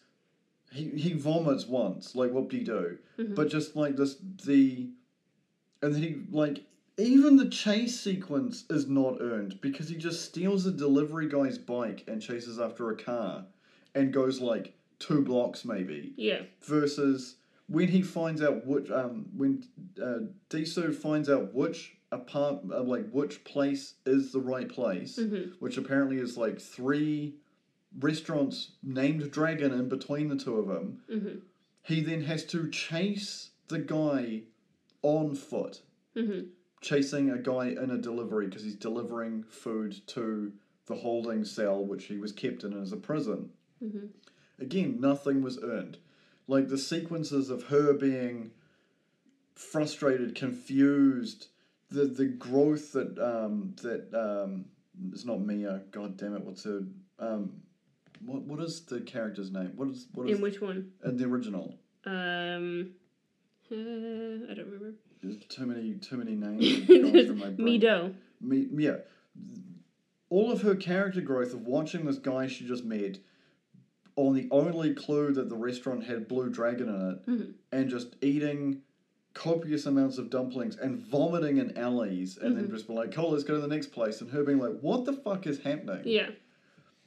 S2: he he vomits once, like whoop de do,
S1: Mm-hmm.
S2: but just like this the, and then he like even the chase sequence is not earned because he just steals a delivery guy's bike and chases after a car, and goes like two blocks maybe
S1: Yeah,
S2: versus when he finds out which um when uh, Diso finds out which apart uh, like which place is the right place,
S1: Mm. Mm-hmm.
S2: which apparently is like three restaurants named Dragon in between the two of them.
S1: Mm-hmm.
S2: He then has to chase the guy on foot,
S1: Mm-hmm.
S2: chasing a guy in a delivery because he's delivering food to the holding cell which he was kept in as a prison.
S1: Mm-hmm.
S2: Again, nothing was earned like the sequences of her being frustrated, confused, the the growth that um that um it's not Mia, god damn it, what's her um What what is the character's name? What is what is
S1: In
S2: in,
S1: which one?
S2: the original?
S1: Um, uh, I don't remember.
S2: There's too many too many names going
S1: There's
S2: through my brain.
S1: Mido.
S2: Me, yeah. All of her character growth of watching this guy she just met on the only clue that the restaurant had blue dragon in it
S1: Mhm.
S2: and just eating copious amounts of dumplings and vomiting in alleys and
S1: Mm-hmm.
S2: then just being like, cool, let's go to the next place. And her being like, what the fuck is happening?
S1: Yeah.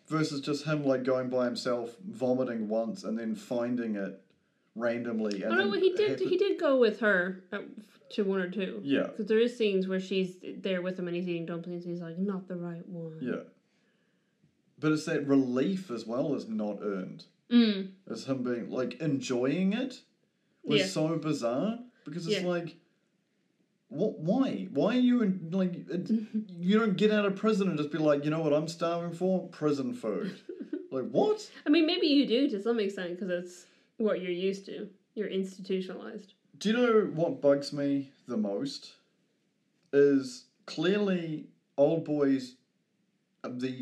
S2: Versus just him like going by himself, vomiting once and then finding it randomly. And
S1: Oh no,
S2: then
S1: well, he did.
S2: happen-
S1: He did go with her uh, to one or two.
S2: Yeah,
S1: Because there is scenes where she's there with him and he's eating dumplings and he's like, not the right one.
S2: yeah. But it's that relief as well as not earned.
S1: Mm.
S2: as him being like enjoying it was
S1: Yeah.
S2: so bizarre because it's
S1: Yeah.
S2: like what why why are you in, like it, you don't get out of prison and just be like you know what i'm starving for prison food like what
S1: I mean, maybe you do to some extent because it's what you're used to. You're institutionalized.
S2: do you know what bugs me the most is clearly old boys uh, the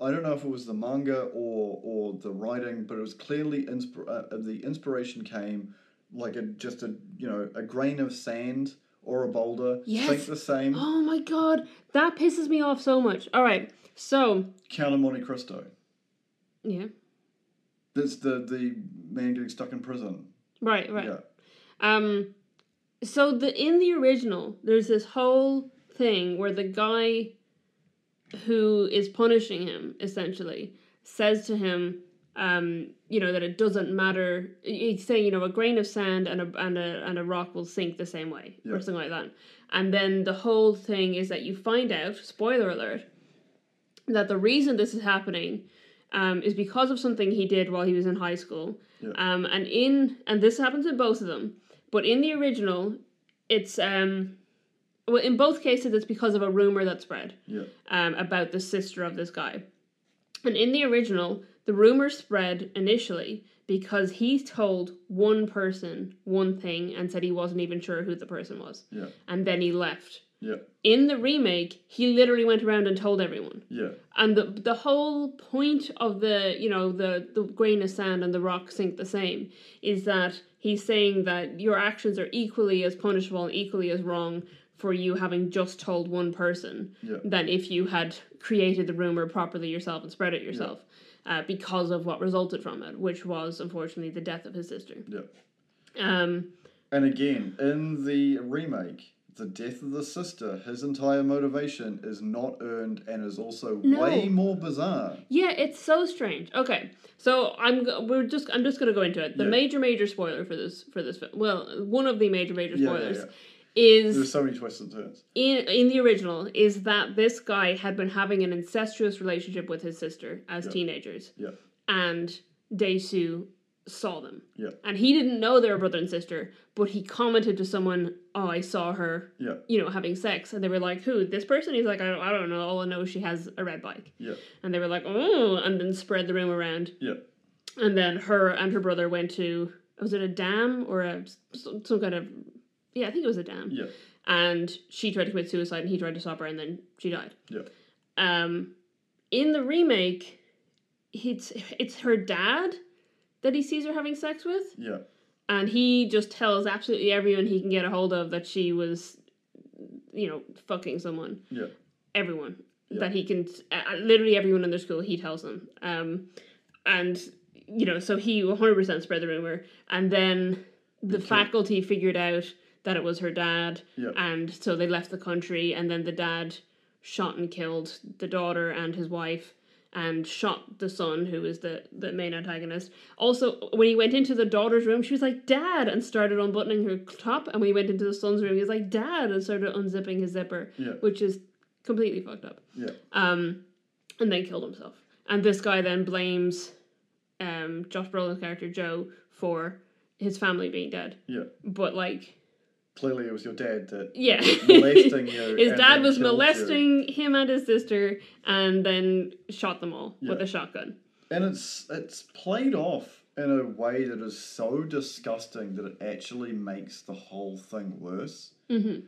S2: i don't know if it was the manga or or the writing but it was clearly inspir- uh, the inspiration came like a just a you know a grain of sand or a boulder think
S1: Yes.
S2: the same
S1: Oh my god, that pisses me off so much. All right, so
S2: count of monte cristo
S1: yeah,
S2: that's the the man getting stuck in prison
S1: right, right.
S2: yeah
S1: Um, so the in the original, there's this whole thing where the guy who is punishing him essentially says to him, um, you know, that it doesn't matter. He's saying, you know, a grain of sand and a and a and a rock will sink the same way,
S2: Yeah.
S1: or something like that. And then the whole thing is that you find out, spoiler alert, that the reason this is happening um, is because of something he did while he was in high school.
S2: Yeah.
S1: Um, and in and this happens in both of them, but in the original, it's um, well, in both cases, it's because of a rumor that spread
S2: yeah
S1: um, about the sister of this guy. And in the original, the rumor spread initially because he told one person one thing and said he wasn't even sure who the person was,
S2: yeah
S1: and then he left.
S2: yeah
S1: In the remake, he literally went around and told everyone
S2: yeah
S1: and the the whole point of the you know the the grain of sand and the rock sink the same is that he's saying that your actions are equally as punishable and equally as wrong for you having just told one person
S2: Yeah.
S1: than if you had created the rumor properly yourself and spread it yourself uh, because of what resulted from it which was unfortunately the death of his sister
S2: yeah
S1: um
S2: And again, in the remake, the death of the sister, his entire motivation is not earned and is also
S1: No.
S2: way more bizarre.
S1: Yeah, it's so strange. Okay, so I'm go- we're just I'm just gonna go into it. The
S2: Yeah.
S1: major major spoiler for this for this film. Well, one of the major major
S2: Yeah, yeah,
S1: spoilers
S2: yeah. There's
S1: is
S2: so many twists and turns.
S1: in in the original is that this guy had been having an incestuous relationship with his sister as
S2: Yeah.
S1: teenagers,
S2: Yeah,
S1: and Daisu saw them.
S2: Yeah.
S1: and he didn't know they were brother and sister, but he commented to someone, "Oh, I saw her."
S2: yeah,
S1: You know, having sex, and they were like, "Who? This person?" He's like, "I don't, I don't know. All I know is she has a red bike."
S2: yeah,
S1: And they were like, oh, and then spread the room around.
S2: yeah,
S1: And then her and her brother went to, was it a dam or a, some, some kind of, yeah, I think it was a dam.
S2: yeah,
S1: And she tried to commit suicide and he tried to stop her and then she died.
S2: yeah,
S1: Um, in the remake, it's, it's her dad that he sees her having sex with.
S2: yeah,
S1: And he just tells absolutely everyone he can get a hold of that she was, you know, fucking someone
S2: yeah,
S1: everyone
S2: Yeah.
S1: that he can uh, literally everyone in the school he tells them um and you know so he 100% spread the rumor and then the faculty figured out that it was her dad
S2: Yeah.
S1: and so they left the country and then the dad shot and killed the daughter and his wife and shot the son who is the the main antagonist also when he went into the daughter's room she was like dad and started unbuttoning her top and when he went into the son's room he was like dad and started unzipping his zipper
S2: yeah,
S1: which is completely fucked up.
S2: yeah,
S1: Um, and then killed himself. And this guy then blames um, Josh Brolin's character Joe for his family being dead.
S2: yeah.
S1: But like,
S2: Clearly, it was your dad that
S1: yeah,
S2: molesting you.
S1: his
S2: and
S1: dad
S2: then
S1: was
S2: killed you.
S1: molesting him and his sister, and then shot them all with
S2: Yeah.
S1: a shotgun.
S2: and it's it's played off in a way that is so
S1: Mm-hmm.
S2: disgusting that it actually makes the whole thing worse.
S1: hmm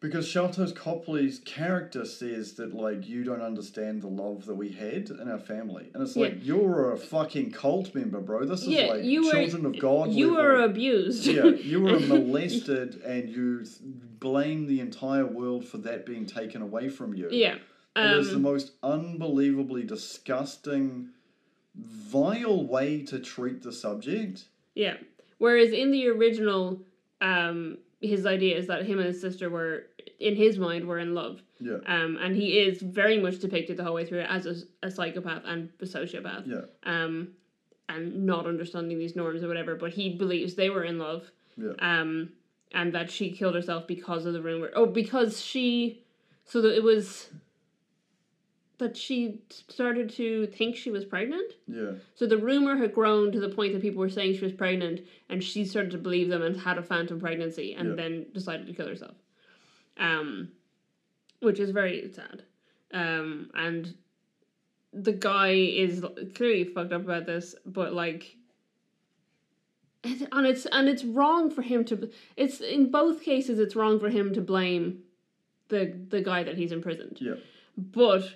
S2: Because Sheltos Copley's character says that like you don't understand the love that we had in our family, and it's like you're a fucking cult member, bro. This is
S1: Yeah,
S2: like
S1: you were-
S2: children of God.
S1: You
S2: level.
S1: were abused.
S2: yeah, you were molested, and you th- blame the entire world for that being taken away from you.
S1: yeah.
S2: it is the
S1: Um,
S2: most unbelievably disgusting, vile way to treat the subject.
S1: yeah. Whereas in the original, um, his idea is that him and his sister were, in his mind, were in love.
S2: Yeah,
S1: Um, and he is very much depicted the whole way through as a, a psychopath and a sociopath.
S2: yeah,
S1: um, and not understanding these norms or whatever, but he believes they were in love.
S2: Yeah.
S1: Um, and that she killed herself because of the rumor. Oh, because she. So that it was. That she started to think she was pregnant.
S2: yeah.
S1: So the rumor had grown to the point that people were saying she was pregnant, and she started to believe them and had a phantom pregnancy, and
S2: Yeah.
S1: then decided to kill herself. Um, which is very sad. Um, and the guy is clearly fucked up about this, but like. it's- And it's and it's wrong for him to. It's in both cases, it's wrong for him to blame the the guy that he's imprisoned.
S2: Yeah.
S1: But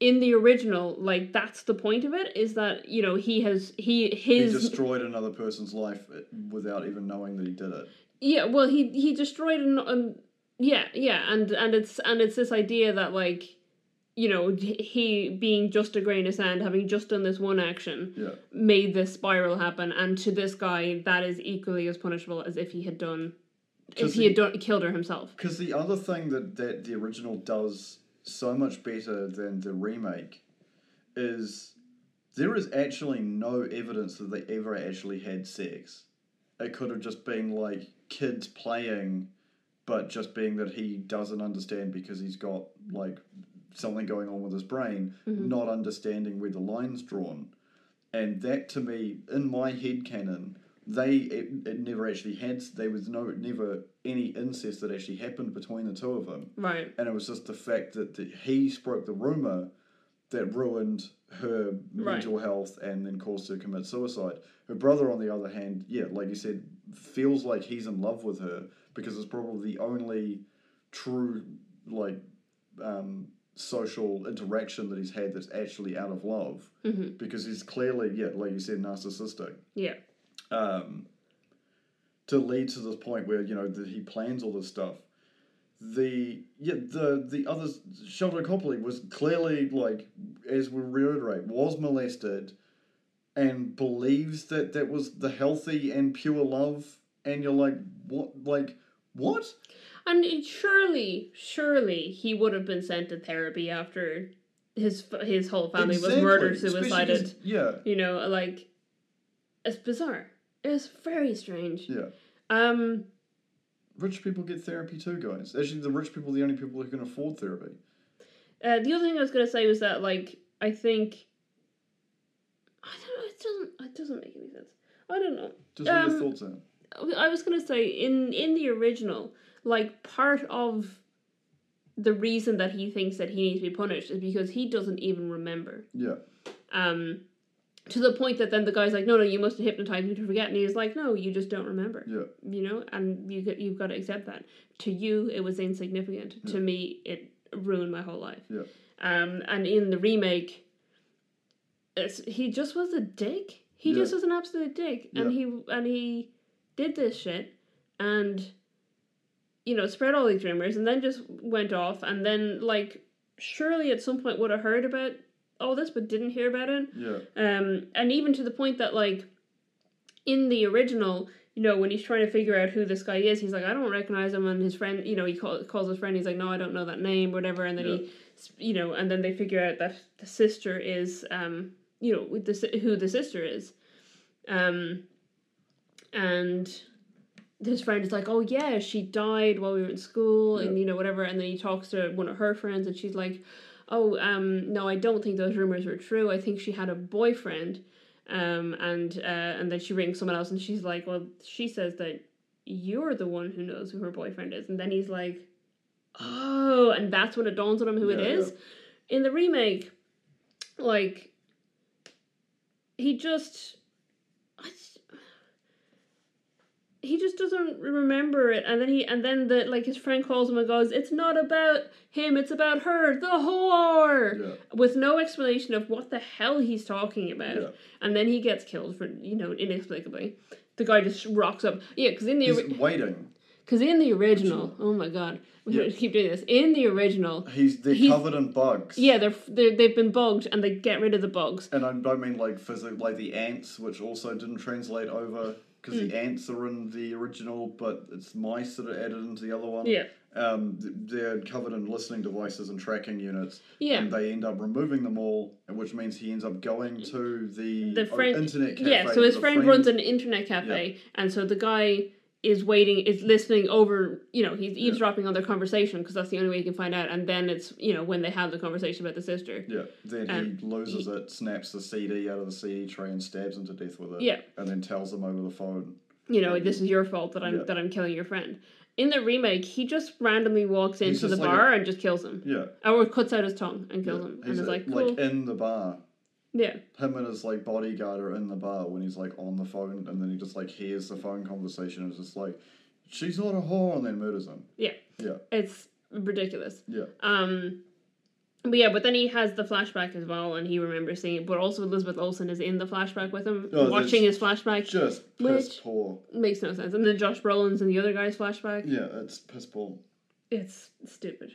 S1: in the original, like that's the point of it is that you know he has he his
S2: he destroyed another person's life eh, without even knowing that he did it.
S1: yeah well he he destroyed an, an yeah yeah and and it's and it's this idea that like you know he being just a grain of sand having just done this one action
S2: Yeah,
S1: made this spiral happen and to this guy that is equally as punishable as if he had done if
S2: Does
S1: he
S2: he-
S1: had done, killed her himself
S2: because the other thing that that the original does so much better than the remake is there is actually no evidence that they ever actually had sex. It could have just been like kids playing, but just being that he doesn't understand because he's got like something going on with his brain, not understanding where the line's drawn. and that to me in my head canon they it, it never actually had there was no never any incest that actually happened between the two of them
S1: right
S2: and it was just the fact that the, he spoke the rumor that ruined her mental health and then caused her to commit suicide her brother on the other hand yeah like you said feels like he's in love with her because it's probably the only true like um, social interaction that he's had that's actually out of love
S1: hmm
S2: because he's clearly, yeah, like you said, narcissistic.
S1: yeah
S2: Um, to lead to this point where you know that he plans all this stuff. The yeah the the others Sheldon Copley was clearly like as we reiterate was molested, and believes that that was the healthy and pure love. And you're like what like what
S1: And it- surely, surely he would have been sent to therapy after his f- his whole family was
S2: Exactly.
S1: murdered,
S2: Especially
S1: suicided.
S2: just- Yeah,
S1: You know, like it's bizarre. It's very strange.
S2: yeah.
S1: Um,
S2: Rich people get therapy too, guys. Actually, the rich people are the only people who can afford therapy.
S1: uh, the other thing I was gonna say was that, like, I think I don't know. It doesn't. It doesn't make any sense. I don't know.
S2: Just what
S1: Um,
S2: your thoughts are.
S1: I was gonna say in in the original, like part of the reason that he thinks that he needs to be punished is because he doesn't even remember.
S2: Yeah.
S1: um, to the point that then the guy's like, "No, no, you must have hypnotized me to forget," and he's like, "No, you just don't remember."
S2: Yeah.
S1: You know, and you got- you've got to accept that. To you, it was insignificant. To me, it ruined my whole life.
S2: Yeah.
S1: Um, and in the remake, it's, he just was a dick. He
S2: Yeah.
S1: just was an absolute dick, and
S2: Yeah.
S1: he and he did this shit, and you know spread all these rumors, and then just went off, and then like surely at some point would have heard about all this, but didn't hear about it
S2: Yeah.
S1: um, and even to the point that like in the original you know when he's trying to figure out who this guy is he's like i don't recognize him and his friend you know he call, calls his friend he's like no i don't know that name whatever and then he you know and then they figure out that the sister is um you know with the, si- who the sister is um and his friend is like oh yeah she died while we were in school and
S2: Yeah.
S1: you know whatever and then he talks to one of her friends and she's like oh um no i don't think those rumors were true i think she had a boyfriend um and uh and then she rings someone else and she's like well she says that you're the one who knows who her boyfriend is and then he's like oh and that's when it dawns on him who it
S2: Yeah,
S1: is in the remake like he just I s- he just doesn't remember it and then he and then the like his friend calls him and goes it's not about him it's about her the whore
S2: Yeah.
S1: with no explanation of what the hell he's talking about
S2: Yeah.
S1: and then he gets killed for you know inexplicably the guy just rocks up yeah because in
S2: He's
S1: the
S2: waiting.
S1: because in the original oh my god we
S2: Yeah.
S1: keep doing this in the original
S2: He's they're
S1: He's-
S2: covered in bugs.
S1: yeah they're, they're they've been bugged and they get rid of the bugs
S2: And I don't mean like physically, like the ants, which also didn't translate over because
S1: Hmm.
S2: the ants are in the original, but it's mice that are added into the other one.
S1: yeah
S2: Um, th- they're covered in listening devices and tracking units.
S1: Yeah.
S2: And they end up removing them all, and which means he ends up going to the,
S1: the
S2: o-
S1: friend
S2: internet cafe.
S1: yeah so
S2: with
S1: his
S2: a
S1: friend, runs an internet cafe and so the guy is waiting is listening over you know he's eavesdropping on their conversation because that's the only way he can find out and then it's you know when they have the conversation about the sister
S2: Yeah. Then
S1: and
S2: he loses it, snaps the CD out of the CD tray, and stabs him to death with it.
S1: Yeah.
S2: And then tells him over the phone.
S1: you know this is your fault that i'm
S2: Yeah.
S1: that i'm killing your friend in the remake he just randomly walks into
S2: just
S1: the
S2: like
S1: bar and just kills him
S2: Yeah.
S1: or cuts out his tongue and kills
S2: yeah.
S1: him and
S2: He's
S1: it's
S2: a-
S1: like cool
S2: in the bar.
S1: yeah
S2: him and his like bodyguard are in the bar when he's like on the phone and then he just like hears the phone conversation and is just like she's not a whore and then murders him
S1: yeah
S2: yeah
S1: it's ridiculous
S2: yeah
S1: Um, but yeah, but then he has the flashback as well, and he remembers seeing it. But also Elizabeth Olsen is in the flashback with him,
S2: Oh,
S1: watching his flashback.
S2: just piss
S1: Which-
S2: poor
S1: Makes no sense. And then Josh Brolin's in the other guy's flashback.
S2: yeah it's piss poor
S1: It's stupid.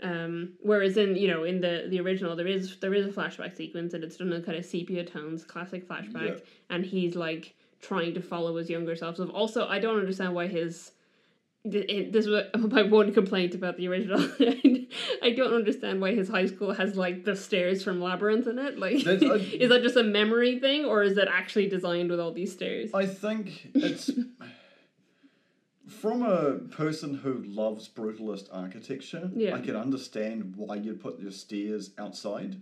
S1: Um, whereas in you know in the the original there is there is a flashback sequence and it's done in kind of sepia tones, classic flashback,
S2: Yeah.
S1: and he's like trying to follow his younger self. So also, I don't understand why his th- it- this was my one complaint about the original. I don't understand why his high school has like the stairs from Labyrinth in it. Like,
S2: That's- I-
S1: is that just a memory thing, or is that actually designed with all these stairs?
S2: i think it's from a person who loves brutalist architecture
S1: Yeah.
S2: i can understand why you'd put your stairs outside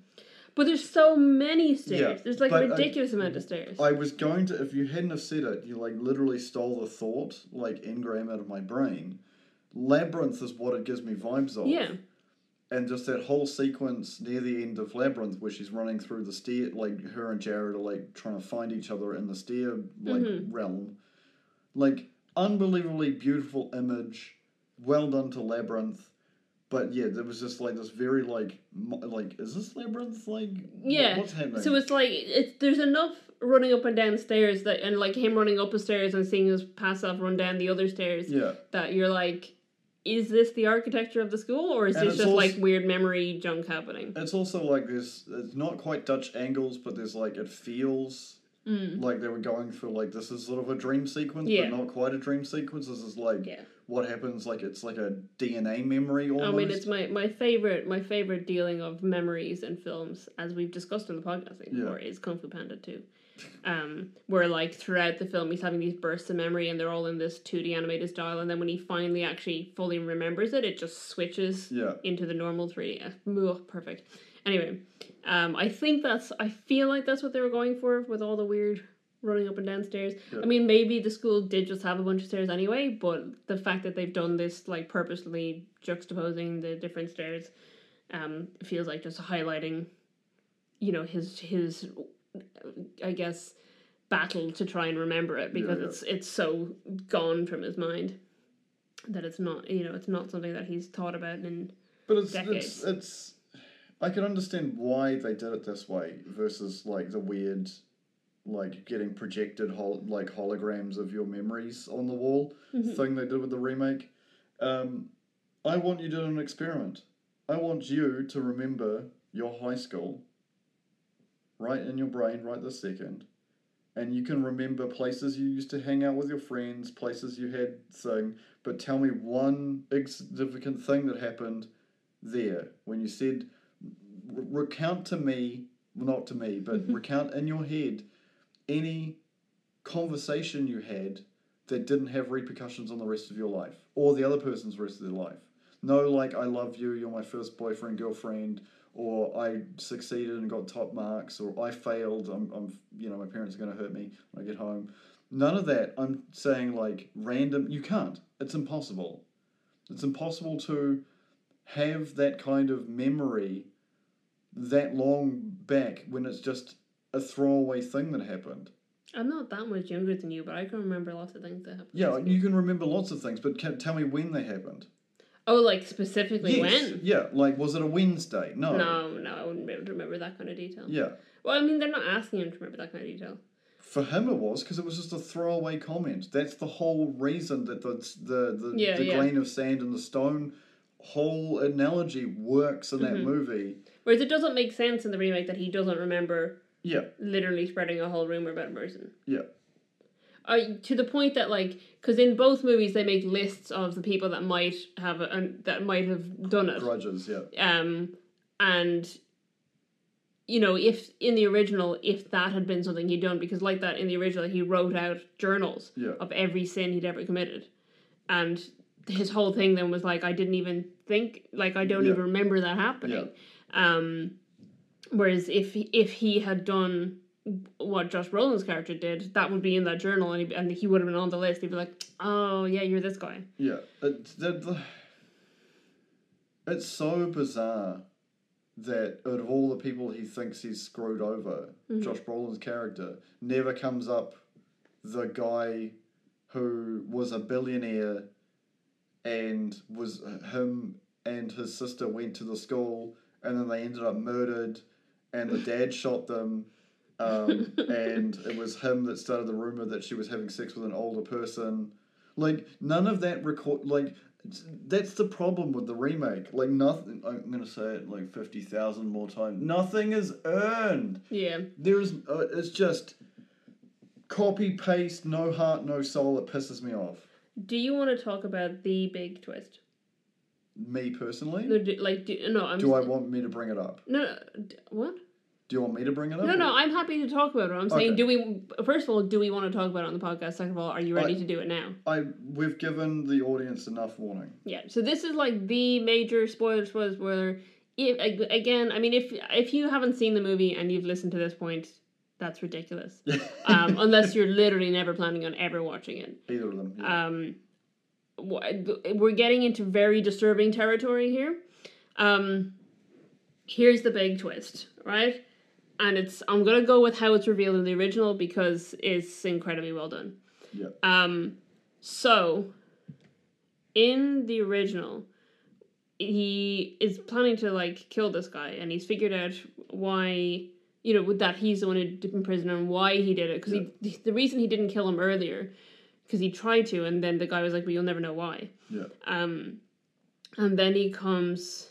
S1: But there's so many stairs.
S2: Yeah,
S1: there's like
S2: but,
S1: a
S2: uh,
S1: ridiculous amount of stairs.
S2: I was going to, if you hadn't have said it, you like literally stole the thought, like engram out of my brain. Labyrinth is what it gives me vibes of.
S1: yeah.
S2: And just that whole sequence near the end of Labyrinth where she's running through the stair, like her and Jared are like trying to find each other in the stair like
S1: Mm-hmm.
S2: realm. Like unbelievably beautiful image. Well done to Labyrinth. But yeah, there was just like this very like mo- like is this labyrinth like what-
S1: Yeah.
S2: what's happening?
S1: So it's like it's there's enough running up and down stairs that and like him running up the stairs and seeing his past self run down the other stairs
S2: yeah.
S1: that you're like, is this the architecture of the school or is
S2: And
S1: this
S2: it's
S1: just
S2: also-
S1: like weird memory junk happening?
S2: It's also like this. It's not quite Dutch angles, but there's like it feels like they were going for like this is sort of a dream sequence,
S1: Yeah.
S2: but not quite a dream sequence. This is like
S1: Yeah.
S2: what happens. Like it's like a DNA memory almost.
S1: I mean, it's my, my favorite my favorite dealing of memories and films, as we've discussed on the podcast
S2: Yeah.
S1: before, is Kung Fu Panda Two, um, where like throughout the film he's having these bursts of memory and they're all in this two D animated style, and then when he finally actually fully remembers it, it just switches
S2: yeah,
S1: into the normal 3D. Ugh, perfect. Anyway, um, I think that's, I feel like that's what they were going for with all the weird running up and down stairs.
S2: Yeah.
S1: I mean, maybe the school did just have a bunch of stairs anyway, but the fact that they've done this, like, purposely juxtaposing the different stairs um, feels like just highlighting, you know, his, his, I guess, battle to try and remember it because
S2: yeah.
S1: it's it's so gone from his mind that it's not you know it's not something that he's thought about and
S2: but it's
S1: decades.
S2: it's it's. I can understand why they did it this way versus like the weird, like getting projected hol- like holograms of your memories on the wall
S1: Mm-hmm.
S2: thing they did with the remake. Um, I want you to do an experiment. I want you to remember your high school right in your brain right this second. And you can remember places you used to hang out with your friends, places you had thing, but tell me one insignificant thing that happened there when you said, "Re- recount to me, well, not to me, but recount in your head any conversation you had that didn't have repercussions on the rest of your life or the other person's rest of their life. No, like, I love you, you're my first boyfriend, girlfriend, or I succeeded and got top marks, or I failed, I'm, I'm you know, my parents are going to hurt me when I get home. None of that. I'm saying, like, random, you can't. It's impossible. It's impossible to have that kind of memory that long back when it's just a throwaway thing that happened.
S1: I'm not that much younger than you, but I can remember lots of things that happened.
S2: Yeah, like, you can remember lots of things, but can, tell me when they happened.
S1: Oh, like specifically when?
S2: Yeah, like was it a Wednesday? No.
S1: No, no, I wouldn't be able to remember that kind of detail.
S2: Yeah.
S1: Well, I mean, they're not asking him to remember that kind of detail.
S2: For him, it was because it was just a throwaway comment. That's the whole reason that the the the,
S1: Yeah,
S2: the
S1: yeah.
S2: grain of sand and the stone whole analogy works in
S1: Mm-hmm.
S2: that movie.
S1: Whereas it doesn't make sense in the remake that he doesn't remember
S2: Yeah,
S1: literally spreading a whole rumor about a person.
S2: yeah,
S1: Uh, to the point that like, because in both movies they make lists of the people that might have a, and that might have done it.
S2: grudges. Yeah,
S1: um and you know if in the original if that had been something he'd done because like that in the original he wrote out journals
S2: Yeah.
S1: of every sin he'd ever committed and his whole thing then was like i didn't even think like i don't
S2: Yeah.
S1: even remember that happening um whereas if he- if he had done what Josh Brolin's character did, that would be in that journal, and he, and he would have been on the list. He'd be like, "Oh yeah, you're this guy."
S2: yeah. It, the, the, it's so bizarre that out of all the people he thinks he's screwed over,
S1: Mm-hmm.
S2: Josh Brolin's character never comes up. The guy who was a billionaire and was him and his sister went to the school and then they ended up murdered and the dad shot them um, and it was him that started the rumor that she was having sex with an older person like none of that record like it's- that's the problem with the remake like nothing i'm going to say it like 50,000 more times nothing is earned
S1: Yeah,
S2: there is uh, it's just copy paste no heart no soul it pisses me off
S1: do you want to talk about the big twist?
S2: me personally
S1: No, do, like do, no, I'm
S2: Do I want me to bring it up?
S1: no, no d- what?
S2: Do you want me to bring it up?
S1: No, no, I'm happy to talk about it. I'm saying,
S2: Okay.
S1: do we? First of all, do we want to talk about it on the podcast? Second of all, are you ready
S2: I-
S1: to do it now?
S2: I we've given the audience enough warning.
S1: Yeah. So this is like the major spoiler, spoiler, spoiler. If, ag- again, I mean, if if you haven't seen the movie and you've listened to this point, that's ridiculous. um, unless you're literally never planning on ever watching it.
S2: Either of them. yeah.
S1: um, wh- we're getting into very disturbing territory here. Um, here's the big twist, right? And it's I'm gonna go with how it's revealed in the original because it's incredibly well done.
S2: Yeah.
S1: Um, so in the original, he is planning to like kill this guy, and he's figured out why you know with that he's the one who did in prison and why he did it because he the reason he didn't kill him earlier because he tried to, and then the guy was like, "But you'll never know why."
S2: Yeah.
S1: Um, and then he comes,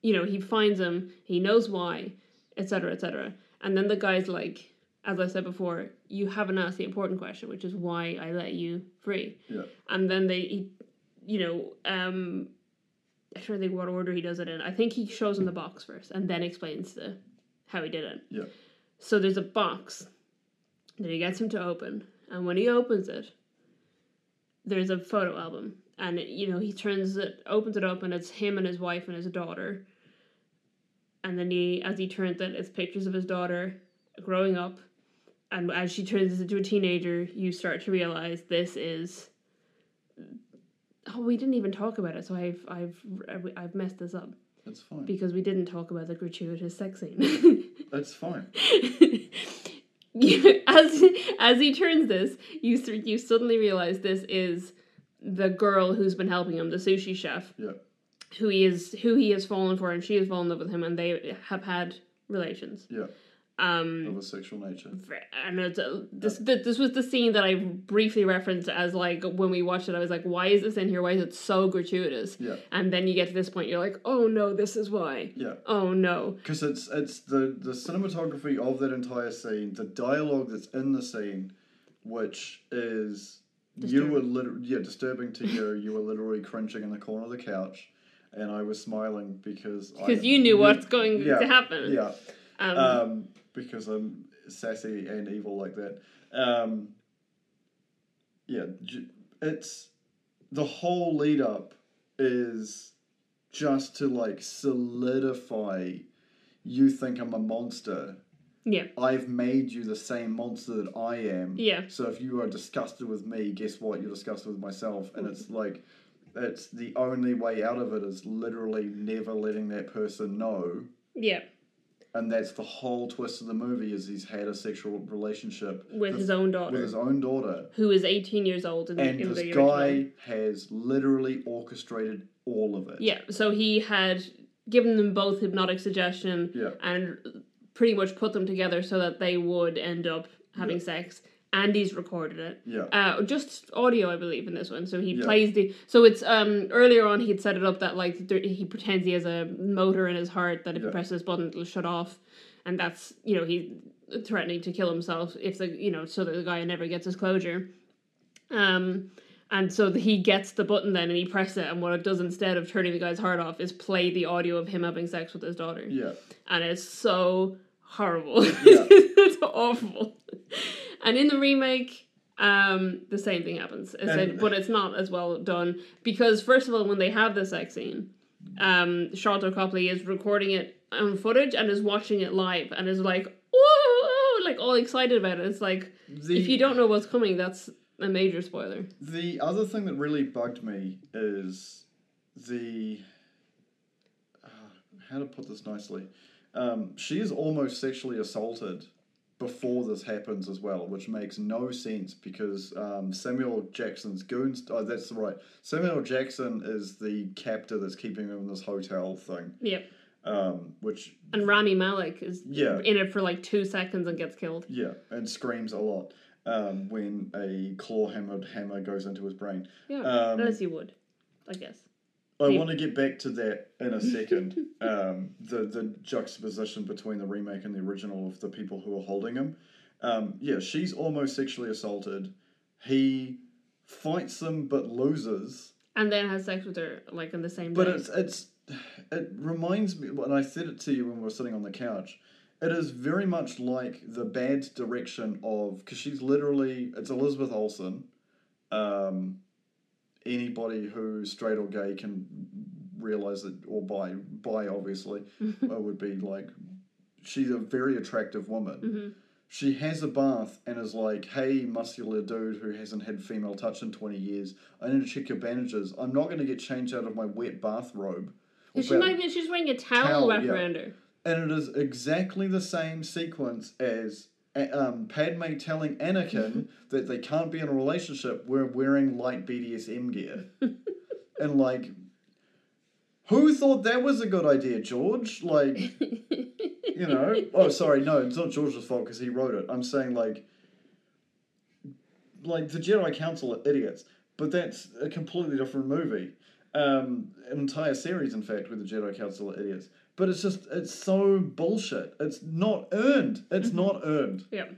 S1: you know, he finds him, he knows why, etc., etc. And then the guy's like, as I said before, you haven't asked the important question, which is why I let you free.
S2: Yeah.
S1: And then they, he, you know, um, I trying to think what order he does it in. I think he shows him the box first, and then explains the how he did it.
S2: Yeah.
S1: So there's a box that he gets him to open, and when he opens it, there's a photo album, and you know he turns it, opens it up, and it's him and his wife and his daughter. And then he, as he turns it, it's pictures of his daughter growing up, and as she turns into a teenager, you start to realize this is. Oh, we didn't even talk about it, so I've I've I've messed this up
S2: It's fine.
S1: because we didn't talk about the gratuitous sex scene.
S2: it's fine.
S1: You- as as he turns this, you s- you suddenly realize this is the girl who's been helping him, the sushi chef,
S2: Yeah.
S1: who he is who he has fallen for, and she has fallen in love with him, and they have had relations.
S2: Yeah.
S1: Um,
S2: Of a sexual nature.
S1: and it's a, this th- this was the scene that I briefly referenced as like when we watched it, I was like, why is this in here? Why is it so gratuitous?
S2: Yeah.
S1: And then you get to this point, you're like, oh no, this is why.
S2: Yeah.
S1: Oh no.
S2: Because it's it's the the cinematography of that entire scene, the dialogue that's in the scene, which is you were literally yeah disturbing to you. you were literally cringing in the corner of the couch, and I was smiling because
S1: Because you knew what's going
S2: yeah,
S1: to happen.
S2: Yeah.
S1: Um,
S2: um, because I'm sassy and evil like that. Um, yeah, j- it's the whole lead up is just to like solidify. You think I'm a monster.
S1: yeah.
S2: I've made you the same monster that I am.
S1: Yeah.
S2: So if you are disgusted with me, guess what? You're disgusted with myself. And it's
S1: Hmm.
S2: like, it's the only way out of it is literally never letting that person know
S1: Yeah.
S2: and that's the whole twist of the movie is he's had a sexual relationship
S1: with his own
S2: with
S1: daughter,
S2: his own daughter,
S1: who is 18 years old in,
S2: and
S1: in
S2: this
S1: the original.
S2: guy has literally orchestrated all of it.
S1: Yeah, so he had given them both hypnotic suggestion
S2: Yeah.
S1: and pretty much put them together so that they would end up having sex. Andy's recorded it.
S2: Yeah.
S1: Uh, just audio, I believe, in this one. So he
S2: Yeah.
S1: plays the. So it's um earlier on he'd set it up that like there, he pretends he has a motor in his heart that if
S2: Yeah.
S1: he presses this button it'll shut off, and that's you know he threatening to kill himself if the you know so that the guy never gets his closure. Um, and so he gets the button then and he presses it, and what it does instead of turning the guy's heart off is play the audio of him having sex with his daughter
S2: Yeah.
S1: and it's so horrible.
S2: Yeah.
S1: it's awful. And in the remake, um, the same thing happens, It's-
S2: And-
S1: but it's not as well done because first of all, when they have the sex scene, um, Charlotte Copley is recording it on footage and is watching it live and is like, "Whoa!" Like all excited about it. It's like
S2: The,
S1: if you don't know what's coming, that's a major spoiler.
S2: The other thing that really bugged me is the. Uh, how to put this nicely? Um, she is almost sexually assaulted before this happens as well, which makes no sense because um, Samuel Jackson's goons. Oh, that's right. Samuel Jackson is the captor that's keeping him in this hotel thing,
S1: Yep.
S2: um, which
S1: And Rami Malek is
S2: Yeah.
S1: in it for like two seconds and gets killed.
S2: Yeah, and screams a lot um, when a claw hammered hammer goes into his brain.
S1: Yeah.
S2: Um,
S1: Unless you would, I guess.
S2: I
S1: Yeah.
S2: want to get back to that in a second. um, the the juxtaposition between the remake and the original of the people who are holding him. Um, yeah, she's almost sexually assaulted. He fights them but loses.
S1: and then has sex with her like in the same
S2: But
S1: day.
S2: it's uh, it's it reminds me when I said it to you when we were sitting on the couch. It is very much like the bad direction of because she's literally it's Elizabeth Olsen. Um, anybody who's straight or gay can realize that or bi bi obviously uh, would be like she's a very attractive woman.
S1: Mhm.
S2: She has a bath and is like, hey, muscular dude who hasn't had female touch in 20 years, I need to check your bandages. I'm not going to get changed out of my wet bathrobe. Or
S1: she
S2: ba-
S1: might be, she's wearing a towel,
S2: Towel,
S1: wrapped
S2: yeah.
S1: around her.
S2: and it is exactly the same sequence as uh, um, Padme telling Anakin that they can't be in a relationship We're wearing light BDSM gear. and like, who thought that was a good idea, George? Like, you know? Oh, sorry, no, it's not George's fault because he wrote it. I'm saying like, like the Jedi Council are idiots, but that's a completely different movie. Um, an entire series, in fact, with the Jedi Council are idiots. But it's just, it's so bullshit. It's not earned. It's not earned.
S1: Yeah.
S2: And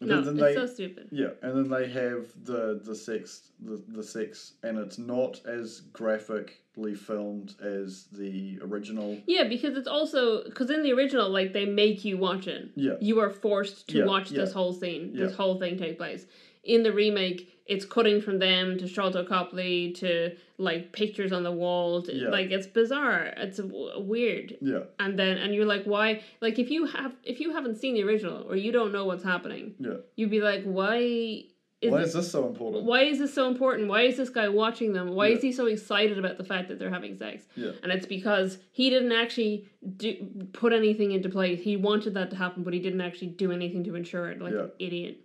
S1: Mm-hmm. No,
S2: then
S1: it's
S2: they-
S1: so stupid.
S2: yeah, and then they have the the sex the, the sex, and it's not as graphically filmed as the original.
S1: Yeah, because it's also because in the original, like they make you watch it.
S2: Yeah.
S1: You are forced to
S2: Yeah,
S1: watch this
S2: yeah.
S1: whole scene,
S2: Yeah.
S1: this whole thing take place. In the remake, it's cutting from them to Charlotte Copley to like pictures on the wall. To,
S2: Yeah.
S1: Like it's bizarre. It's w- weird.
S2: Yeah,
S1: And then and you're like, why? Like if you have if you haven't seen the original or you don't know what's happening,
S2: yeah.
S1: you'd be like, why? Is
S2: Why
S1: it-
S2: is this so important?
S1: why is this so important? Why is this guy watching them? Why is
S2: Yeah.
S1: he so excited about the fact that they're having sex?
S2: Yeah.
S1: And it's because he didn't actually do, put anything into play. He wanted that to happen, but he didn't actually do anything to ensure it. Like
S2: Yeah.
S1: an idiot.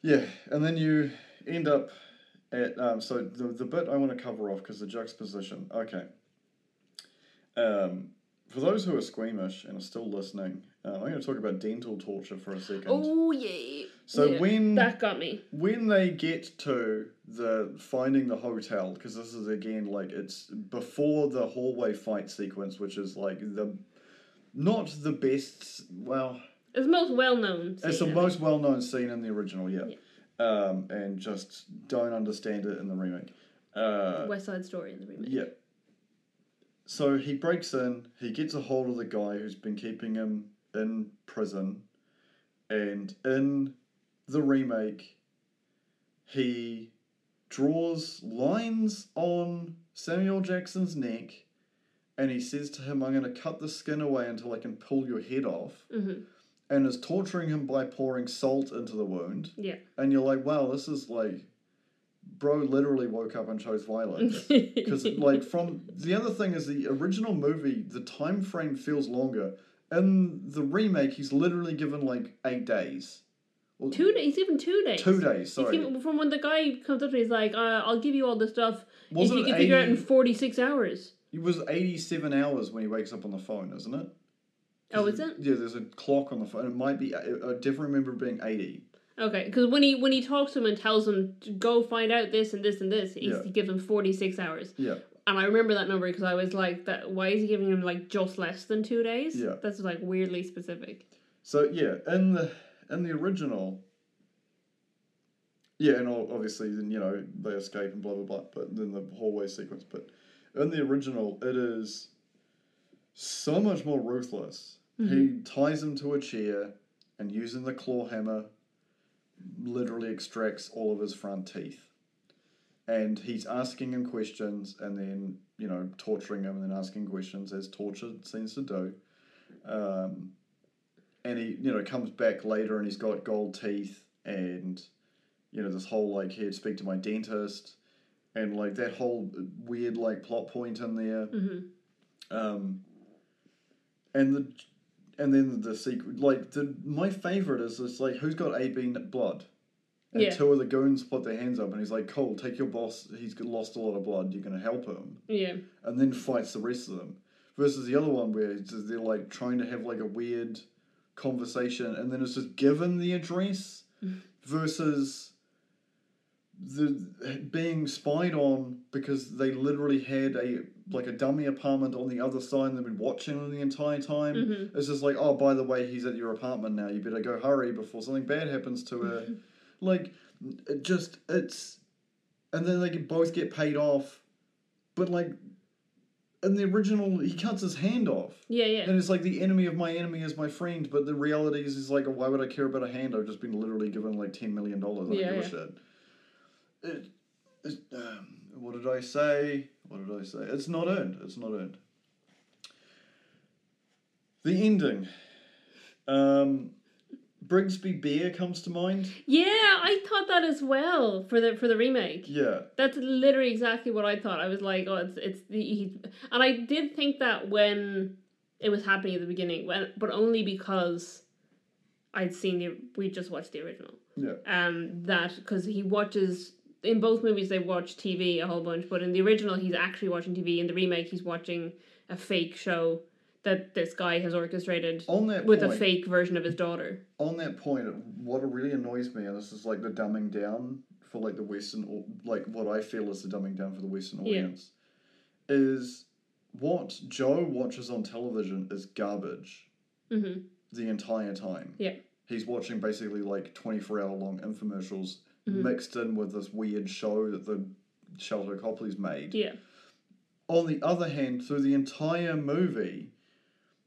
S2: Yeah, and then you end up at um, so the the bit I want to cover off because the juxtaposition. Okay. Um, for those who are squeamish and are still listening, uh, I'm going to talk about dental torture for a second.
S1: Oh yeah.
S2: so
S1: Yeah.
S2: when
S1: that got me.
S2: when they get to the finding the hotel because this is again like it's before the hallway fight sequence which is like the not the best well
S1: It's the most well known.
S2: it's the most well-known scene in the original yeah,
S1: Yeah.
S2: Um, and just don't understand it in the remake uh,
S1: West Side Story in the remake.
S2: yeah. So he breaks in, he gets a hold of the guy who's been keeping him in prison, and in the remake, he draws lines on Samuel Jackson's neck and he says to him, I'm going to cut the skin away until I can pull your head off,
S1: Mhm.
S2: and is torturing him by pouring salt into the wound
S1: Yeah.
S2: and you're like, wow, this is like bro literally woke up and chose Violet. because like from the other thing is the original movie the time frame feels longer in the remake he's literally given like eight days Well,
S1: two days, it's even two days.
S2: two days
S1: It's
S2: sorry
S1: even- from when the guy comes up to me, he's like, uh, "I'll give you all the stuff if
S2: wasn't
S1: you
S2: it
S1: can figure it out in
S2: 80
S1: forty-six hours."
S2: it was 87 hours when he wakes up on the phone isn't it
S1: Oh, is it?
S2: yeah there's a clock on the phone it might be i I definitely remember it being 80
S1: Okay, because when he when he talks to him and tells him to go find out this and this and this, he's,
S2: Yeah.
S1: he gives him forty six hours.
S2: yeah
S1: And I remember that number because I was like, "That why is he giving him like just less than two days?"
S2: Yeah.
S1: that's like weirdly specific.
S2: So yeah, in the in the original, yeah, and ob- obviously then you know they escape and blah blah blah, but then the hallway sequence. But in the original, it is so much more ruthless. He ties him to a chair and using the claw hammer, literally extracts all of his front teeth. And he's asking him questions and then, you know, torturing him and then asking questions as torture seems to do. Um, and he you know comes back later and he's got gold teeth and you know this whole like here speak to my dentist and like that whole weird like plot point in there
S1: hmm
S2: um and the and then the sequel like the my favorite is this like who's got AB blood and
S1: Yeah.
S2: two of the goons put their hands up and he's like cool take your boss he's got- lost a lot of blood you're gonna help him
S1: Yeah,
S2: and then fights the rest of them. Versus the other one where it's just- they're like trying to have like a weird conversation and then it's just given the address versus the being spied on because they literally had a like a dummy apartment on the other side and they've been watching them the entire time.
S1: Mhm.
S2: It's just like, oh by the way, he's at your apartment now. You better go hurry before something bad happens to her. like it just it's and then they can both get paid off but like in the original he cuts his hand off
S1: yeah, yeah.
S2: and it's like the enemy of my enemy is my friend but the reality is is like why would i care about a hand i've just been literally given like 10 million dollars i
S1: Yeah,
S2: don't give
S1: yeah.
S2: a shit it, it, um, what did i say what did i say it's not earned it's not earned the ending um brigsby bear comes to mind
S1: Yeah, I thought that as well for the for the remake.
S2: yeah
S1: That's literally exactly what I thought. I was like, oh, it's it's the he, and I did think that when it was happening at the beginning, when, but only because I'd seen the we just watched the original.
S2: Yeah.
S1: Um, that because he watches in both movies they watch TV a whole bunch, but in the original he's actually watching TV. In the remake, he's watching a fake show that this guy has orchestrated
S2: on that
S1: with
S2: point,
S1: a fake version of his daughter.
S2: on that point, what really annoys me, and this is like the dumbing down for like the Western, au- like what I feel is the dumbing down for the Western
S1: Yeah.
S2: audience, is what Joe watches on television is garbage
S1: Mm-hmm.
S2: the entire time.
S1: Yeah.
S2: He's watching basically like 24 hour long infomercials
S1: Mhm.
S2: mixed in with this weird show that the Shelter Copley's made.
S1: Yeah.
S2: On the other hand, through the entire movie,